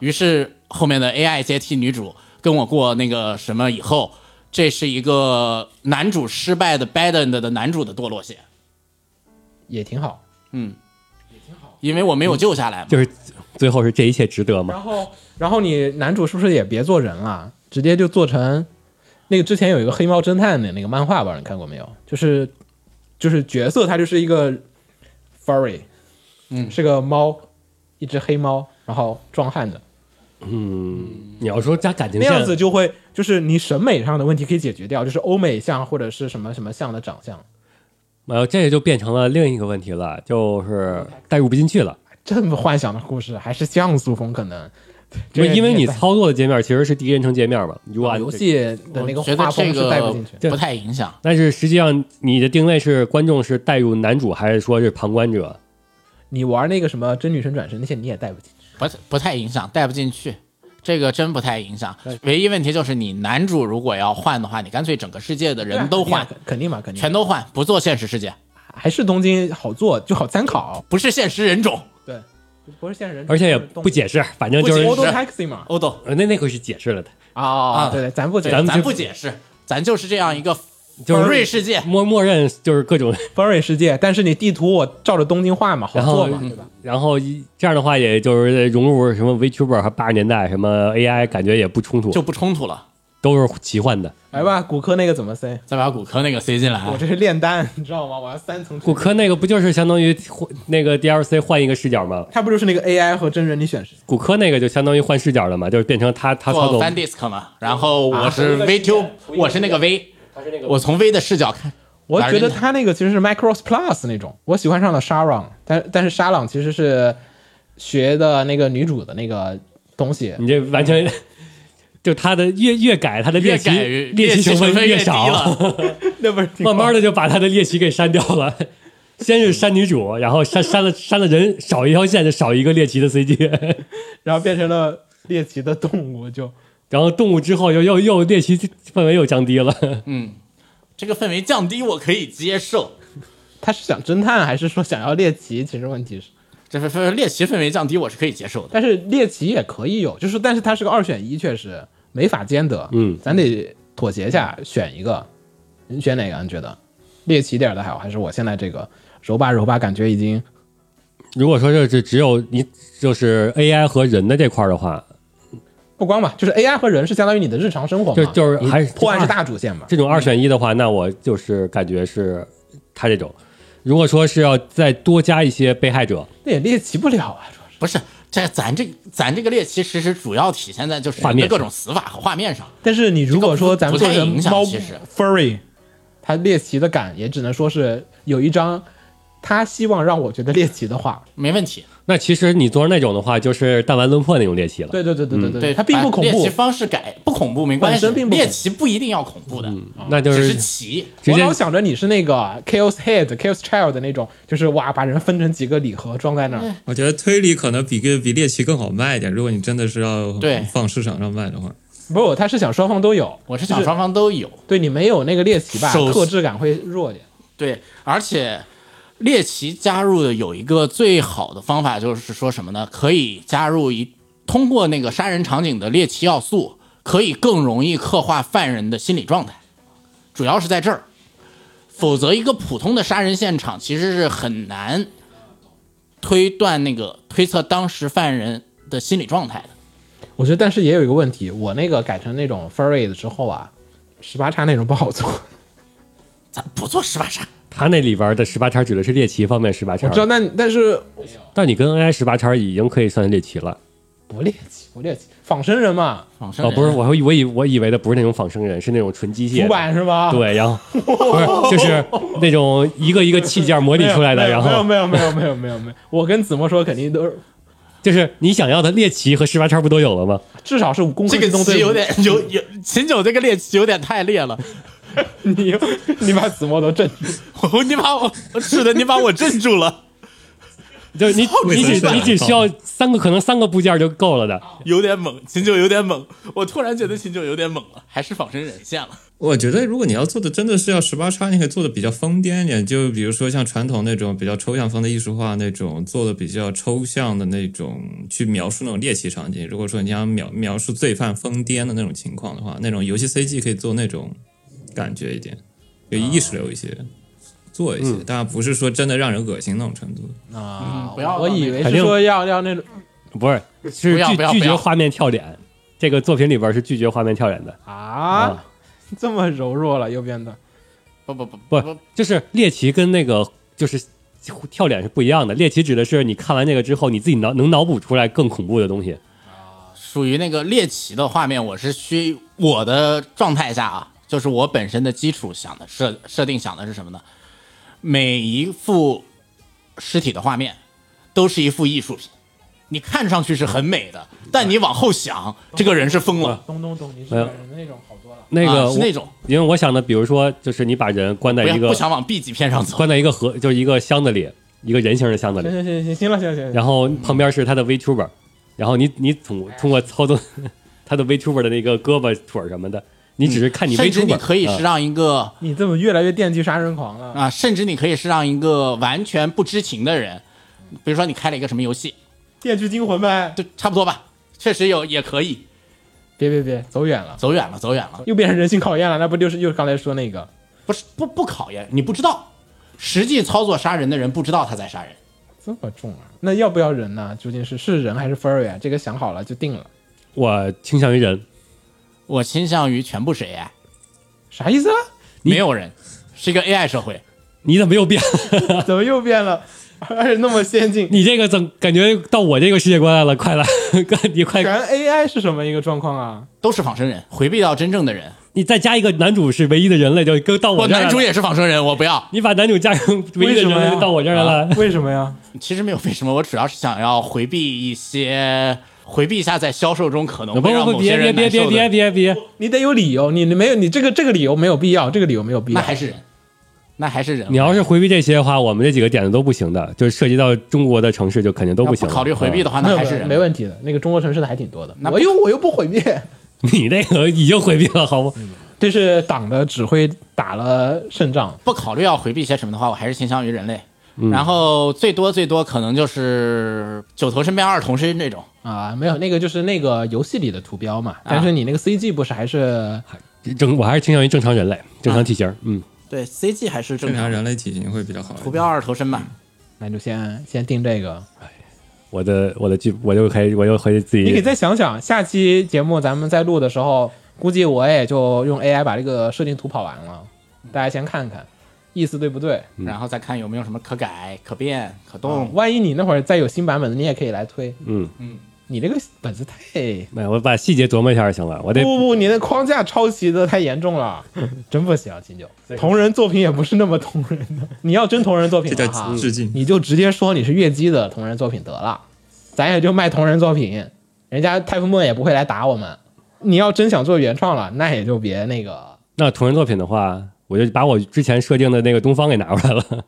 Speaker 5: 于是后面的 AI 接替女主跟我过那个什么以后，这是一个男主失败的 bad end 的男主的堕落线，嗯
Speaker 4: 也挺好。
Speaker 5: 因为我没有救下来嘛。
Speaker 3: 就是最后是这一切值得吗？
Speaker 4: 然后，然后你男主是不是也别做人了，直接就做成那个之前有一个黑猫侦探的那个漫画吧？你看过没有？就是就是角色他就是一个 furry，嗯，是个猫，一只黑猫，然后壮汉的
Speaker 3: 你要说加感情
Speaker 4: 嗯那样子
Speaker 3: 线，
Speaker 4: 就会就是你审美上的问题可以解决掉，就是欧美像或者是什么什么像的长相，
Speaker 3: 呃，这就变成了另一个问题了，就是代入不进去了，
Speaker 4: 这么幻想的故事还是像素风可 能。
Speaker 3: 因为因为你
Speaker 4: 操。
Speaker 3: 操作的界面其实是第一人称界面嘛，如果按
Speaker 4: 啊游戏的那个
Speaker 5: 我觉得
Speaker 4: 画
Speaker 5: 这
Speaker 4: 风是带不
Speaker 5: 个
Speaker 4: 进去。
Speaker 5: 不太影响，
Speaker 3: 但是实际上，你的定位是观众是带入男主，还是说是旁观者？
Speaker 4: 你玩那个什么真女神转身那些你也带不进去。
Speaker 5: 不不太影响，带不进去，这个真不太影响。唯一问题就是你男主如果要换的话，你干脆整个世界的人都换，
Speaker 4: 对啊，肯定嘛，肯定嘛
Speaker 5: 全都换，不做现实世界，
Speaker 4: 还是东京好做，就好参考。
Speaker 5: 不是现实人种。
Speaker 4: 对，不是现实人，
Speaker 3: 而且也不解释，反正
Speaker 5: 不
Speaker 3: 就
Speaker 5: 解
Speaker 3: 是
Speaker 5: 释
Speaker 4: Auto Taxi 嘛。
Speaker 5: 欧斗，
Speaker 3: 呃那那回是解释了的，
Speaker 4: 啊，
Speaker 5: 啊
Speaker 4: 对对，咱不解
Speaker 5: 对
Speaker 4: 释。
Speaker 3: 咱
Speaker 5: 咱
Speaker 3: 们就
Speaker 5: 不解释，咱就是这样一个
Speaker 3: 就是
Speaker 5: 本瑞世界。
Speaker 3: 默默认就是各种，
Speaker 4: Furry 世界，但是你地图我照着东京画嘛，好
Speaker 3: 然
Speaker 4: 做
Speaker 3: 后嗯
Speaker 4: 嘛，对吧？
Speaker 3: 然后一这样的话，也就是融入什么 VTuber 和八十年代什么 AI，感觉也不冲突，
Speaker 5: 就不冲突了，
Speaker 3: 都是奇幻的。
Speaker 4: 来吧，哎骨科那个怎么塞？
Speaker 5: 再把骨科那个塞进
Speaker 4: 我
Speaker 5: 来，啊
Speaker 4: 这是炼丹，你知道吗？我要三层。
Speaker 3: 骨科那个不就是相当于换那个 DLC 换一个视角吗？
Speaker 4: 它不就是那个 AI 和真人你选谁？
Speaker 3: 骨科那个就相当于换视角了嘛，就是变成他他操
Speaker 5: 做
Speaker 3: 纵
Speaker 5: fan disc 嘛，然后我是
Speaker 4: 啊
Speaker 5: V two，我是那个 V，我从 V 的视角看，
Speaker 4: 我觉
Speaker 5: 哪
Speaker 4: 得
Speaker 5: 儿
Speaker 4: 他那个其实是 Macross Plus 那种，我喜欢上了沙朗，但但是沙朗其实是学的那个女主的那个东西，
Speaker 3: 你这完全就他的越嗯越改他的
Speaker 5: 越
Speaker 3: 猎奇
Speaker 5: 改越
Speaker 3: 猎奇
Speaker 5: 奇
Speaker 3: 成分
Speaker 5: 越低
Speaker 3: 少，
Speaker 5: 了，
Speaker 4: 那不是挺
Speaker 3: 慢慢的就把他的猎奇给删掉了。先是删女主，然后删删了删了人，少一条线就少一个猎奇的 CG，
Speaker 4: 然后变成了猎奇的动物，就
Speaker 3: 然后动物之后又又又猎奇氛围又降低了。
Speaker 5: 这个氛围降低我可以接受，
Speaker 4: 他是想侦探还是说想要猎奇？其实问题是，
Speaker 5: 这份份猎奇氛围降低我是可以接受的。
Speaker 4: 但是猎奇也可以有，就是但是它是个二选一，确实没法兼得，
Speaker 3: 嗯
Speaker 4: 咱得妥协一下选一个，你选哪个？你觉得猎奇点儿的好，还是我现在这个揉吧揉吧，感觉已经
Speaker 3: 如果说这这只有你就是 AI 和人的这块儿的话，
Speaker 4: 不光吧，就是 AI 和人是相当于你的日常生活嘛，
Speaker 3: 就就是还是
Speaker 4: 破案是大主线嘛。
Speaker 3: 这种二选一的话，那我就是感觉是他这种。如果说是要再多加一些被害者，
Speaker 4: 那也猎奇不了啊，主要是
Speaker 5: 不是，这咱这咱这个猎奇其实主要体现在就是
Speaker 3: 画
Speaker 5: 人的
Speaker 3: 面
Speaker 5: 各种死法和画面上，
Speaker 4: 但是你如果说咱们做
Speaker 5: 这个
Speaker 4: 成
Speaker 5: 不不太影响
Speaker 4: 猫
Speaker 5: 其实
Speaker 4: furry，它猎奇的感也只能说是有一张他希望让我觉得猎奇的画。
Speaker 5: 没问题。
Speaker 3: 那其实你做成那种的话，就是弹丸论破那种猎奇了。
Speaker 4: 嗯对对对对对哎
Speaker 5: 对，
Speaker 4: 它并不
Speaker 5: 把
Speaker 4: 恐
Speaker 5: 猎
Speaker 4: 怖
Speaker 5: 奇。方式改不恐怖没关
Speaker 4: 本
Speaker 5: 系
Speaker 4: 身并，不
Speaker 5: 猎奇不一定要恐怖的，
Speaker 4: 啊
Speaker 3: 那就
Speaker 5: 只
Speaker 3: 是
Speaker 5: 是奇。
Speaker 3: 直
Speaker 4: 我
Speaker 3: 接
Speaker 4: 老想着你是那个 Chaos Head、Chaos Child 的那种，就是哇，把人分成几个礼盒装在那儿。
Speaker 6: 我觉得推理可能比个比猎奇更好卖一点。如果你真的是要
Speaker 5: 对
Speaker 6: 放市场上卖的话，
Speaker 4: 不，他是想双方都有。
Speaker 5: 我是
Speaker 4: 就
Speaker 5: 想双方都有，
Speaker 4: 对你没有那个猎奇吧，
Speaker 5: 首
Speaker 4: 克制感会弱点。
Speaker 5: 对，而且猎奇加入的有一个最好的方法就是说什么呢？可以加入一通过那个杀人场景的猎奇要素，可以更容易刻画犯人的心理状态，主要是在这儿。否则，一个普通的杀人现场其实是很难推断那个推测当时犯人的心理状态的。
Speaker 4: 我觉得，但是也有一个问题，我那个改成那种 Furry 之后啊，十八叉那种不好做。
Speaker 5: 咱不做十八杀，
Speaker 3: 他那里边的十八叉指的是猎奇方面十八
Speaker 4: 我
Speaker 3: 叉
Speaker 4: 知，道，但但是
Speaker 3: 但你跟 AI 十八叉已经可以算猎奇了。
Speaker 4: 不猎奇，不猎奇，仿生人嘛，
Speaker 5: 仿生
Speaker 3: 哦，
Speaker 5: 人
Speaker 3: 不是，我还以我以我以为的不是那种仿生人，是那种纯机械
Speaker 4: 主
Speaker 3: 的。
Speaker 4: 板啊是吧？
Speaker 3: 对，然后不是就是那种一个一个器件模拟
Speaker 4: 没有，
Speaker 3: 出来的，
Speaker 4: 没有
Speaker 3: 然后
Speaker 4: 没有没有没有没有没有没有，我跟子墨说肯定都是，
Speaker 3: 就是你想要的猎奇和十八叉不都有了吗？
Speaker 4: 至少是攻
Speaker 5: 这
Speaker 4: 克
Speaker 5: 个
Speaker 4: 机动
Speaker 5: 棋
Speaker 4: 队伍
Speaker 5: 有。点有有秦九这个猎奇有点太烈了。
Speaker 4: 你你把子墨都震住，
Speaker 5: 你把我是的，你把我镇住了，
Speaker 3: 就是你
Speaker 6: 没
Speaker 3: 你只
Speaker 6: 错
Speaker 3: 你
Speaker 4: 啊
Speaker 3: 只需要三个，可能三个部件就够了的。
Speaker 5: 有点猛，秦九有点猛，我突然觉得秦九有点猛了，还是仿生人线了。
Speaker 6: 我觉得如果你要做的真的是要十八叉，你可以做的比较疯癫一点，就比如说像传统那种比较抽象风的艺术画那种，做的比较抽象的那种，去描述那种猎奇场景。如果说你想描描述罪犯疯癫的那种情况的话，那种游戏 CG 可以做那种感觉一点，就意识流一些。做一些，当然不是说真的让人恶心那种程度。
Speaker 4: 啊！
Speaker 5: 不要
Speaker 4: 我
Speaker 5: 搞那
Speaker 4: 以
Speaker 5: 个
Speaker 4: 为
Speaker 3: 肯
Speaker 4: 是
Speaker 3: 定
Speaker 4: 说要要那种
Speaker 3: 不是，是
Speaker 5: 不要
Speaker 3: 拒
Speaker 5: 不要
Speaker 3: 拒
Speaker 5: 不
Speaker 3: 绝
Speaker 5: 要
Speaker 3: 画面跳脸。这个作品里边是拒绝画面跳脸的，
Speaker 4: 啊， 这么柔弱了右边的，
Speaker 5: 不不不
Speaker 3: 不，就是猎奇跟那个就是跳脸是不一样的。猎奇指的是你看完这个之后，你自己脑能脑补出来更恐怖的东西。
Speaker 5: 属于那个猎奇的画面，我是需我的状态下啊，就是我本身的基础想的设设定想的是什么呢？每一幅尸体的画面都是一幅艺术品，你看上去是很美的，但你往后想，这个人是疯了，
Speaker 4: 啊咚咚咚，你是
Speaker 3: 没有
Speaker 4: 那种好多了。
Speaker 3: 那个、
Speaker 5: 啊、是那种
Speaker 3: 我因为我想的，比如说就是你把人关在
Speaker 5: 不要
Speaker 3: 一个
Speaker 5: 不想往 B 级片上走。
Speaker 3: 关在一个盒，就是一个箱子里，一个人形的箱子
Speaker 4: 行
Speaker 3: 里，
Speaker 4: 行行行行了行了行了行
Speaker 3: 然后旁边是他的 VTuber，然后你你通
Speaker 5: 哎
Speaker 3: 通过操纵 他的 VTuber 的那个胳膊腿儿什么的，你只是看你 VTuber，、
Speaker 5: 嗯甚至你可以是
Speaker 3: 啊
Speaker 5: 让一个
Speaker 4: 你怎么越来越电锯杀人狂了？
Speaker 5: 啊，甚至你可以是让一个完全不知情的人，比如说你开了一个什么游戏，
Speaker 4: 电锯惊魂呗！
Speaker 5: 就差不多吧，确实有也可以
Speaker 4: 别别别，走远了，
Speaker 5: 走远了，走远 了，
Speaker 4: 又变成人性考验了。那不就是又是刚才说那个
Speaker 5: 不是不不考验，你不知道，实际操作杀人的人不知道他在杀人，
Speaker 4: 这么重啊？那要不要人呢？究竟是是人还是 furry 啊？这个想好了就定了。
Speaker 3: 我倾向于人，
Speaker 5: 我倾向于全部是 AI，
Speaker 4: 啥意思啊？
Speaker 5: 没有人，是一个 AI 社会，
Speaker 3: 你怎么又变？
Speaker 4: 怎么又变了？而且那么先进，
Speaker 3: 你这个怎感觉到我这个世界观来了？快来， 你快，
Speaker 4: 全 AI 是什么一个状况啊？
Speaker 5: 都是仿生人，回避掉真正的人，
Speaker 3: 你再加一个男主是唯一的人类，就跟到
Speaker 5: 我
Speaker 3: 我这儿来
Speaker 5: 男
Speaker 3: 了
Speaker 5: 主也是仿生人，我不要，
Speaker 3: 你把男主加上唯一的
Speaker 4: 为什么
Speaker 3: 人
Speaker 4: 呀
Speaker 3: 类到我这儿来
Speaker 5: 啊
Speaker 3: 了，
Speaker 4: 为什么 呀？
Speaker 5: 其实没有为什么，我主要是想要回避一些。回避一下在销售中可 能
Speaker 3: 不
Speaker 5: 会让
Speaker 3: 不
Speaker 5: 某
Speaker 3: 不，
Speaker 5: 些
Speaker 3: 别别
Speaker 5: 人
Speaker 3: 别
Speaker 5: 难受
Speaker 3: 别
Speaker 5: 的
Speaker 3: 别别别，
Speaker 4: 你得有理由，你你没有你这个这个理由没有必要，这个理由没有必要。
Speaker 5: 那还是人，那还是人。
Speaker 3: 你要是回避这些的话，我们这几个点子都不行的，就是涉及到中国的城市就肯定都
Speaker 5: 要
Speaker 3: 行了。
Speaker 5: 考虑回避的话，
Speaker 4: 没
Speaker 5: 啊那
Speaker 4: 有
Speaker 5: 还
Speaker 4: 没
Speaker 5: 是
Speaker 4: 有
Speaker 5: 人。
Speaker 4: 嗯没问题的。那个中国城市的还挺多的，
Speaker 5: 那不
Speaker 4: 我又我又不毁灭，
Speaker 3: 嗯，你那个已经回避了，好不？
Speaker 5: 嗯
Speaker 4: 这是党的指挥打了胜仗。
Speaker 5: 不考虑要回避些什么的话，我还是倾向于人类。
Speaker 3: 嗯
Speaker 5: 然后最多最多可能就是九头身边二童身这种，
Speaker 4: 啊，没有，那个就是那个游戏里的图标
Speaker 5: 啊
Speaker 4: 嘛，但是你那个 CG 不是还是哎
Speaker 3: 正我还是倾向于正常人类，正常体
Speaker 5: 啊
Speaker 3: 型，嗯，
Speaker 5: 对 CG 还是
Speaker 6: 正常人类体型会比较好一点。
Speaker 5: 图标二头身吧。
Speaker 4: 那就先先定这个，
Speaker 3: 我的我的剧，我又开我又回去自
Speaker 4: 你可以
Speaker 3: 己
Speaker 4: 再想想，下期节目咱们再录的时候，估计我也就用 AI 把这个设定图跑完了，
Speaker 5: 嗯
Speaker 4: 大家先看看意思对不对。
Speaker 3: 嗯
Speaker 5: 然后再看有没有什么可改、可变、可
Speaker 4: 哦
Speaker 3: 啊
Speaker 5: 动。
Speaker 4: 万一你那会儿再有新版本的，你也可以来推。
Speaker 3: 嗯
Speaker 5: 嗯，
Speaker 4: 你这个本子太……
Speaker 3: 没有，我把细节琢磨一下就行了。我得
Speaker 4: 不不，你那框架抄袭的太严重了，真不行，秦九。同人作品也不是那么同人的，你要真同人作品
Speaker 6: 这
Speaker 4: 的哈
Speaker 6: 叫，致敬。
Speaker 4: 你就直接说你是越姬的同人作品得了，咱也就卖同人作品，人家太夫莫也不会来打我们。你要真想做原创了，那也就别那个，
Speaker 3: 那同人作品的话，我就把我之前设定的那个东方给拿出来了。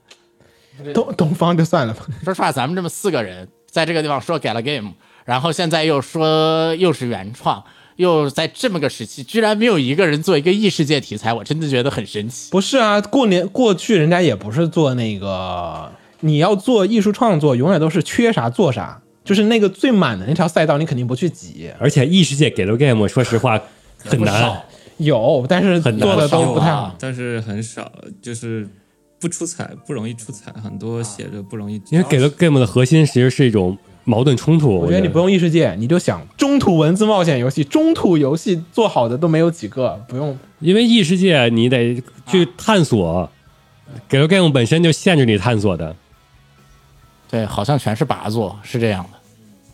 Speaker 4: 东东方就算了吧。
Speaker 5: 说实话，咱们这么四个人在这个地方说改了 game，然后现在又说又是原创，又在这么个时期，居然没有一个人做一个异世界题材，我真的觉得很神奇。
Speaker 4: 不是啊，过年过去人家也不是做那个，你要做艺术创作，永远都是缺啥做啥，就是那个最满的那条赛道，你肯定不去挤。
Speaker 3: 而且异世界给了 game，说实话很
Speaker 5: 不
Speaker 3: 难
Speaker 5: 少。，
Speaker 4: 有，但是
Speaker 3: 很难
Speaker 4: 做的都
Speaker 5: 有
Speaker 4: 不太
Speaker 5: 啊
Speaker 4: 好。
Speaker 6: 但是很少，就是不出彩，不容易出彩，很多写着不容易。
Speaker 3: 因为给了 game 的核心其实是一种矛盾冲突。
Speaker 4: 我
Speaker 3: 我
Speaker 4: 觉得你不用异世界，你就想中土文字冒险游戏，中土游戏做好的都没有几个，不用。
Speaker 3: 因为异世界你得去探索，给了 game 本身就限制你探索的。
Speaker 5: 对，好像全是拔座，是这样的。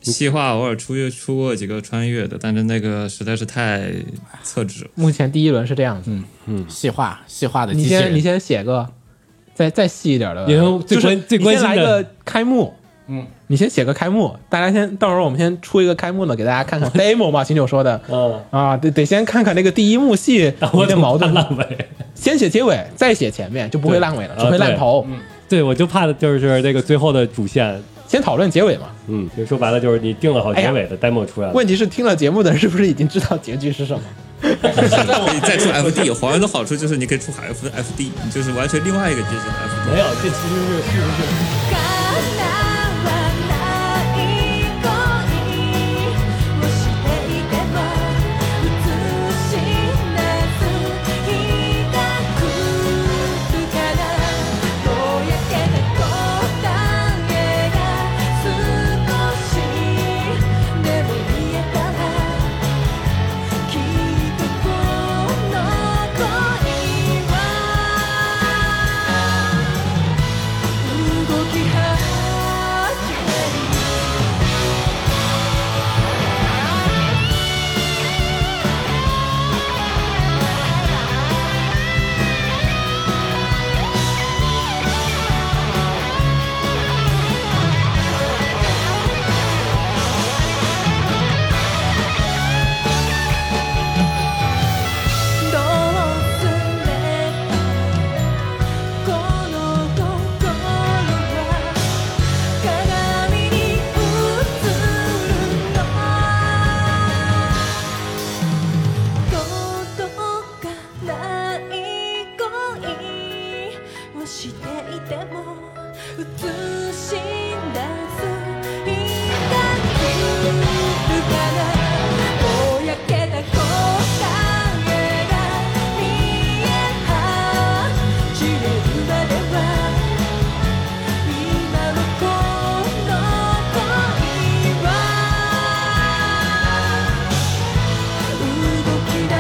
Speaker 6: 西化偶尔出越出过几个穿越的，但是那个实在是太厕纸了。
Speaker 4: 目前第一轮是这样子，
Speaker 5: 细化细化的机
Speaker 4: 你
Speaker 5: 器人，
Speaker 4: 嗯先你先写个，再再细一点的，
Speaker 3: 因为最
Speaker 4: 就是
Speaker 3: 关最
Speaker 4: 你
Speaker 3: 关
Speaker 4: 先
Speaker 3: 心
Speaker 4: 来
Speaker 3: 的
Speaker 4: 个开幕，嗯，你先写个开幕，大家先到时候我们先出一个开幕呢，给大家看 看 demo 嘛，秦九说的，
Speaker 3: 嗯
Speaker 4: 啊，得得先看看那个第一幕戏有点矛盾，
Speaker 3: 烂尾。
Speaker 4: 先写结尾，再写前面就不会
Speaker 3: 对
Speaker 4: 烂尾了，
Speaker 3: 啊
Speaker 4: 只会烂
Speaker 3: 对
Speaker 4: 头。
Speaker 3: 对，我就怕的就是那个最后的主线，
Speaker 4: 先讨论结尾嘛，
Speaker 3: 嗯，就说白了就是你定了好
Speaker 4: 哎呀
Speaker 3: 结尾的 demo 出来了，
Speaker 4: 问题是听了节目的人是不是已经知道结局是什么？
Speaker 6: 你再出 FD，黄人的好处就是你可以出海分 FD，你就是完全另外一个阶层的 FD。
Speaker 3: 没有，这其实是是不是？
Speaker 7: 叶が少しでも見えたらきっとこの恋は動き始める「どうすればこの心は鏡に映るの」「届かない恋をしていても映し出す日が来るからぼやけた答えが見え始めるまでは今のこの恋は動き出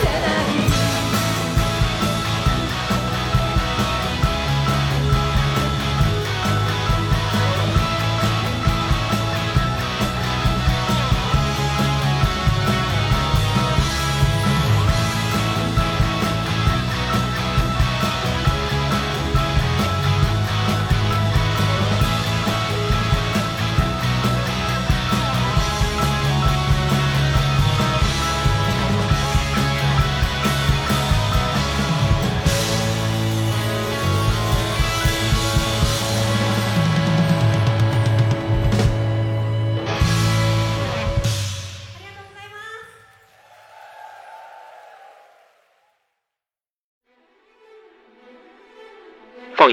Speaker 7: せない
Speaker 8: 放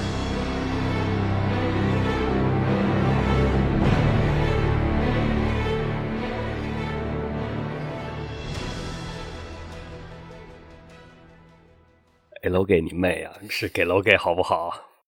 Speaker 1: 给楼给你妹啊！是给楼给好不好？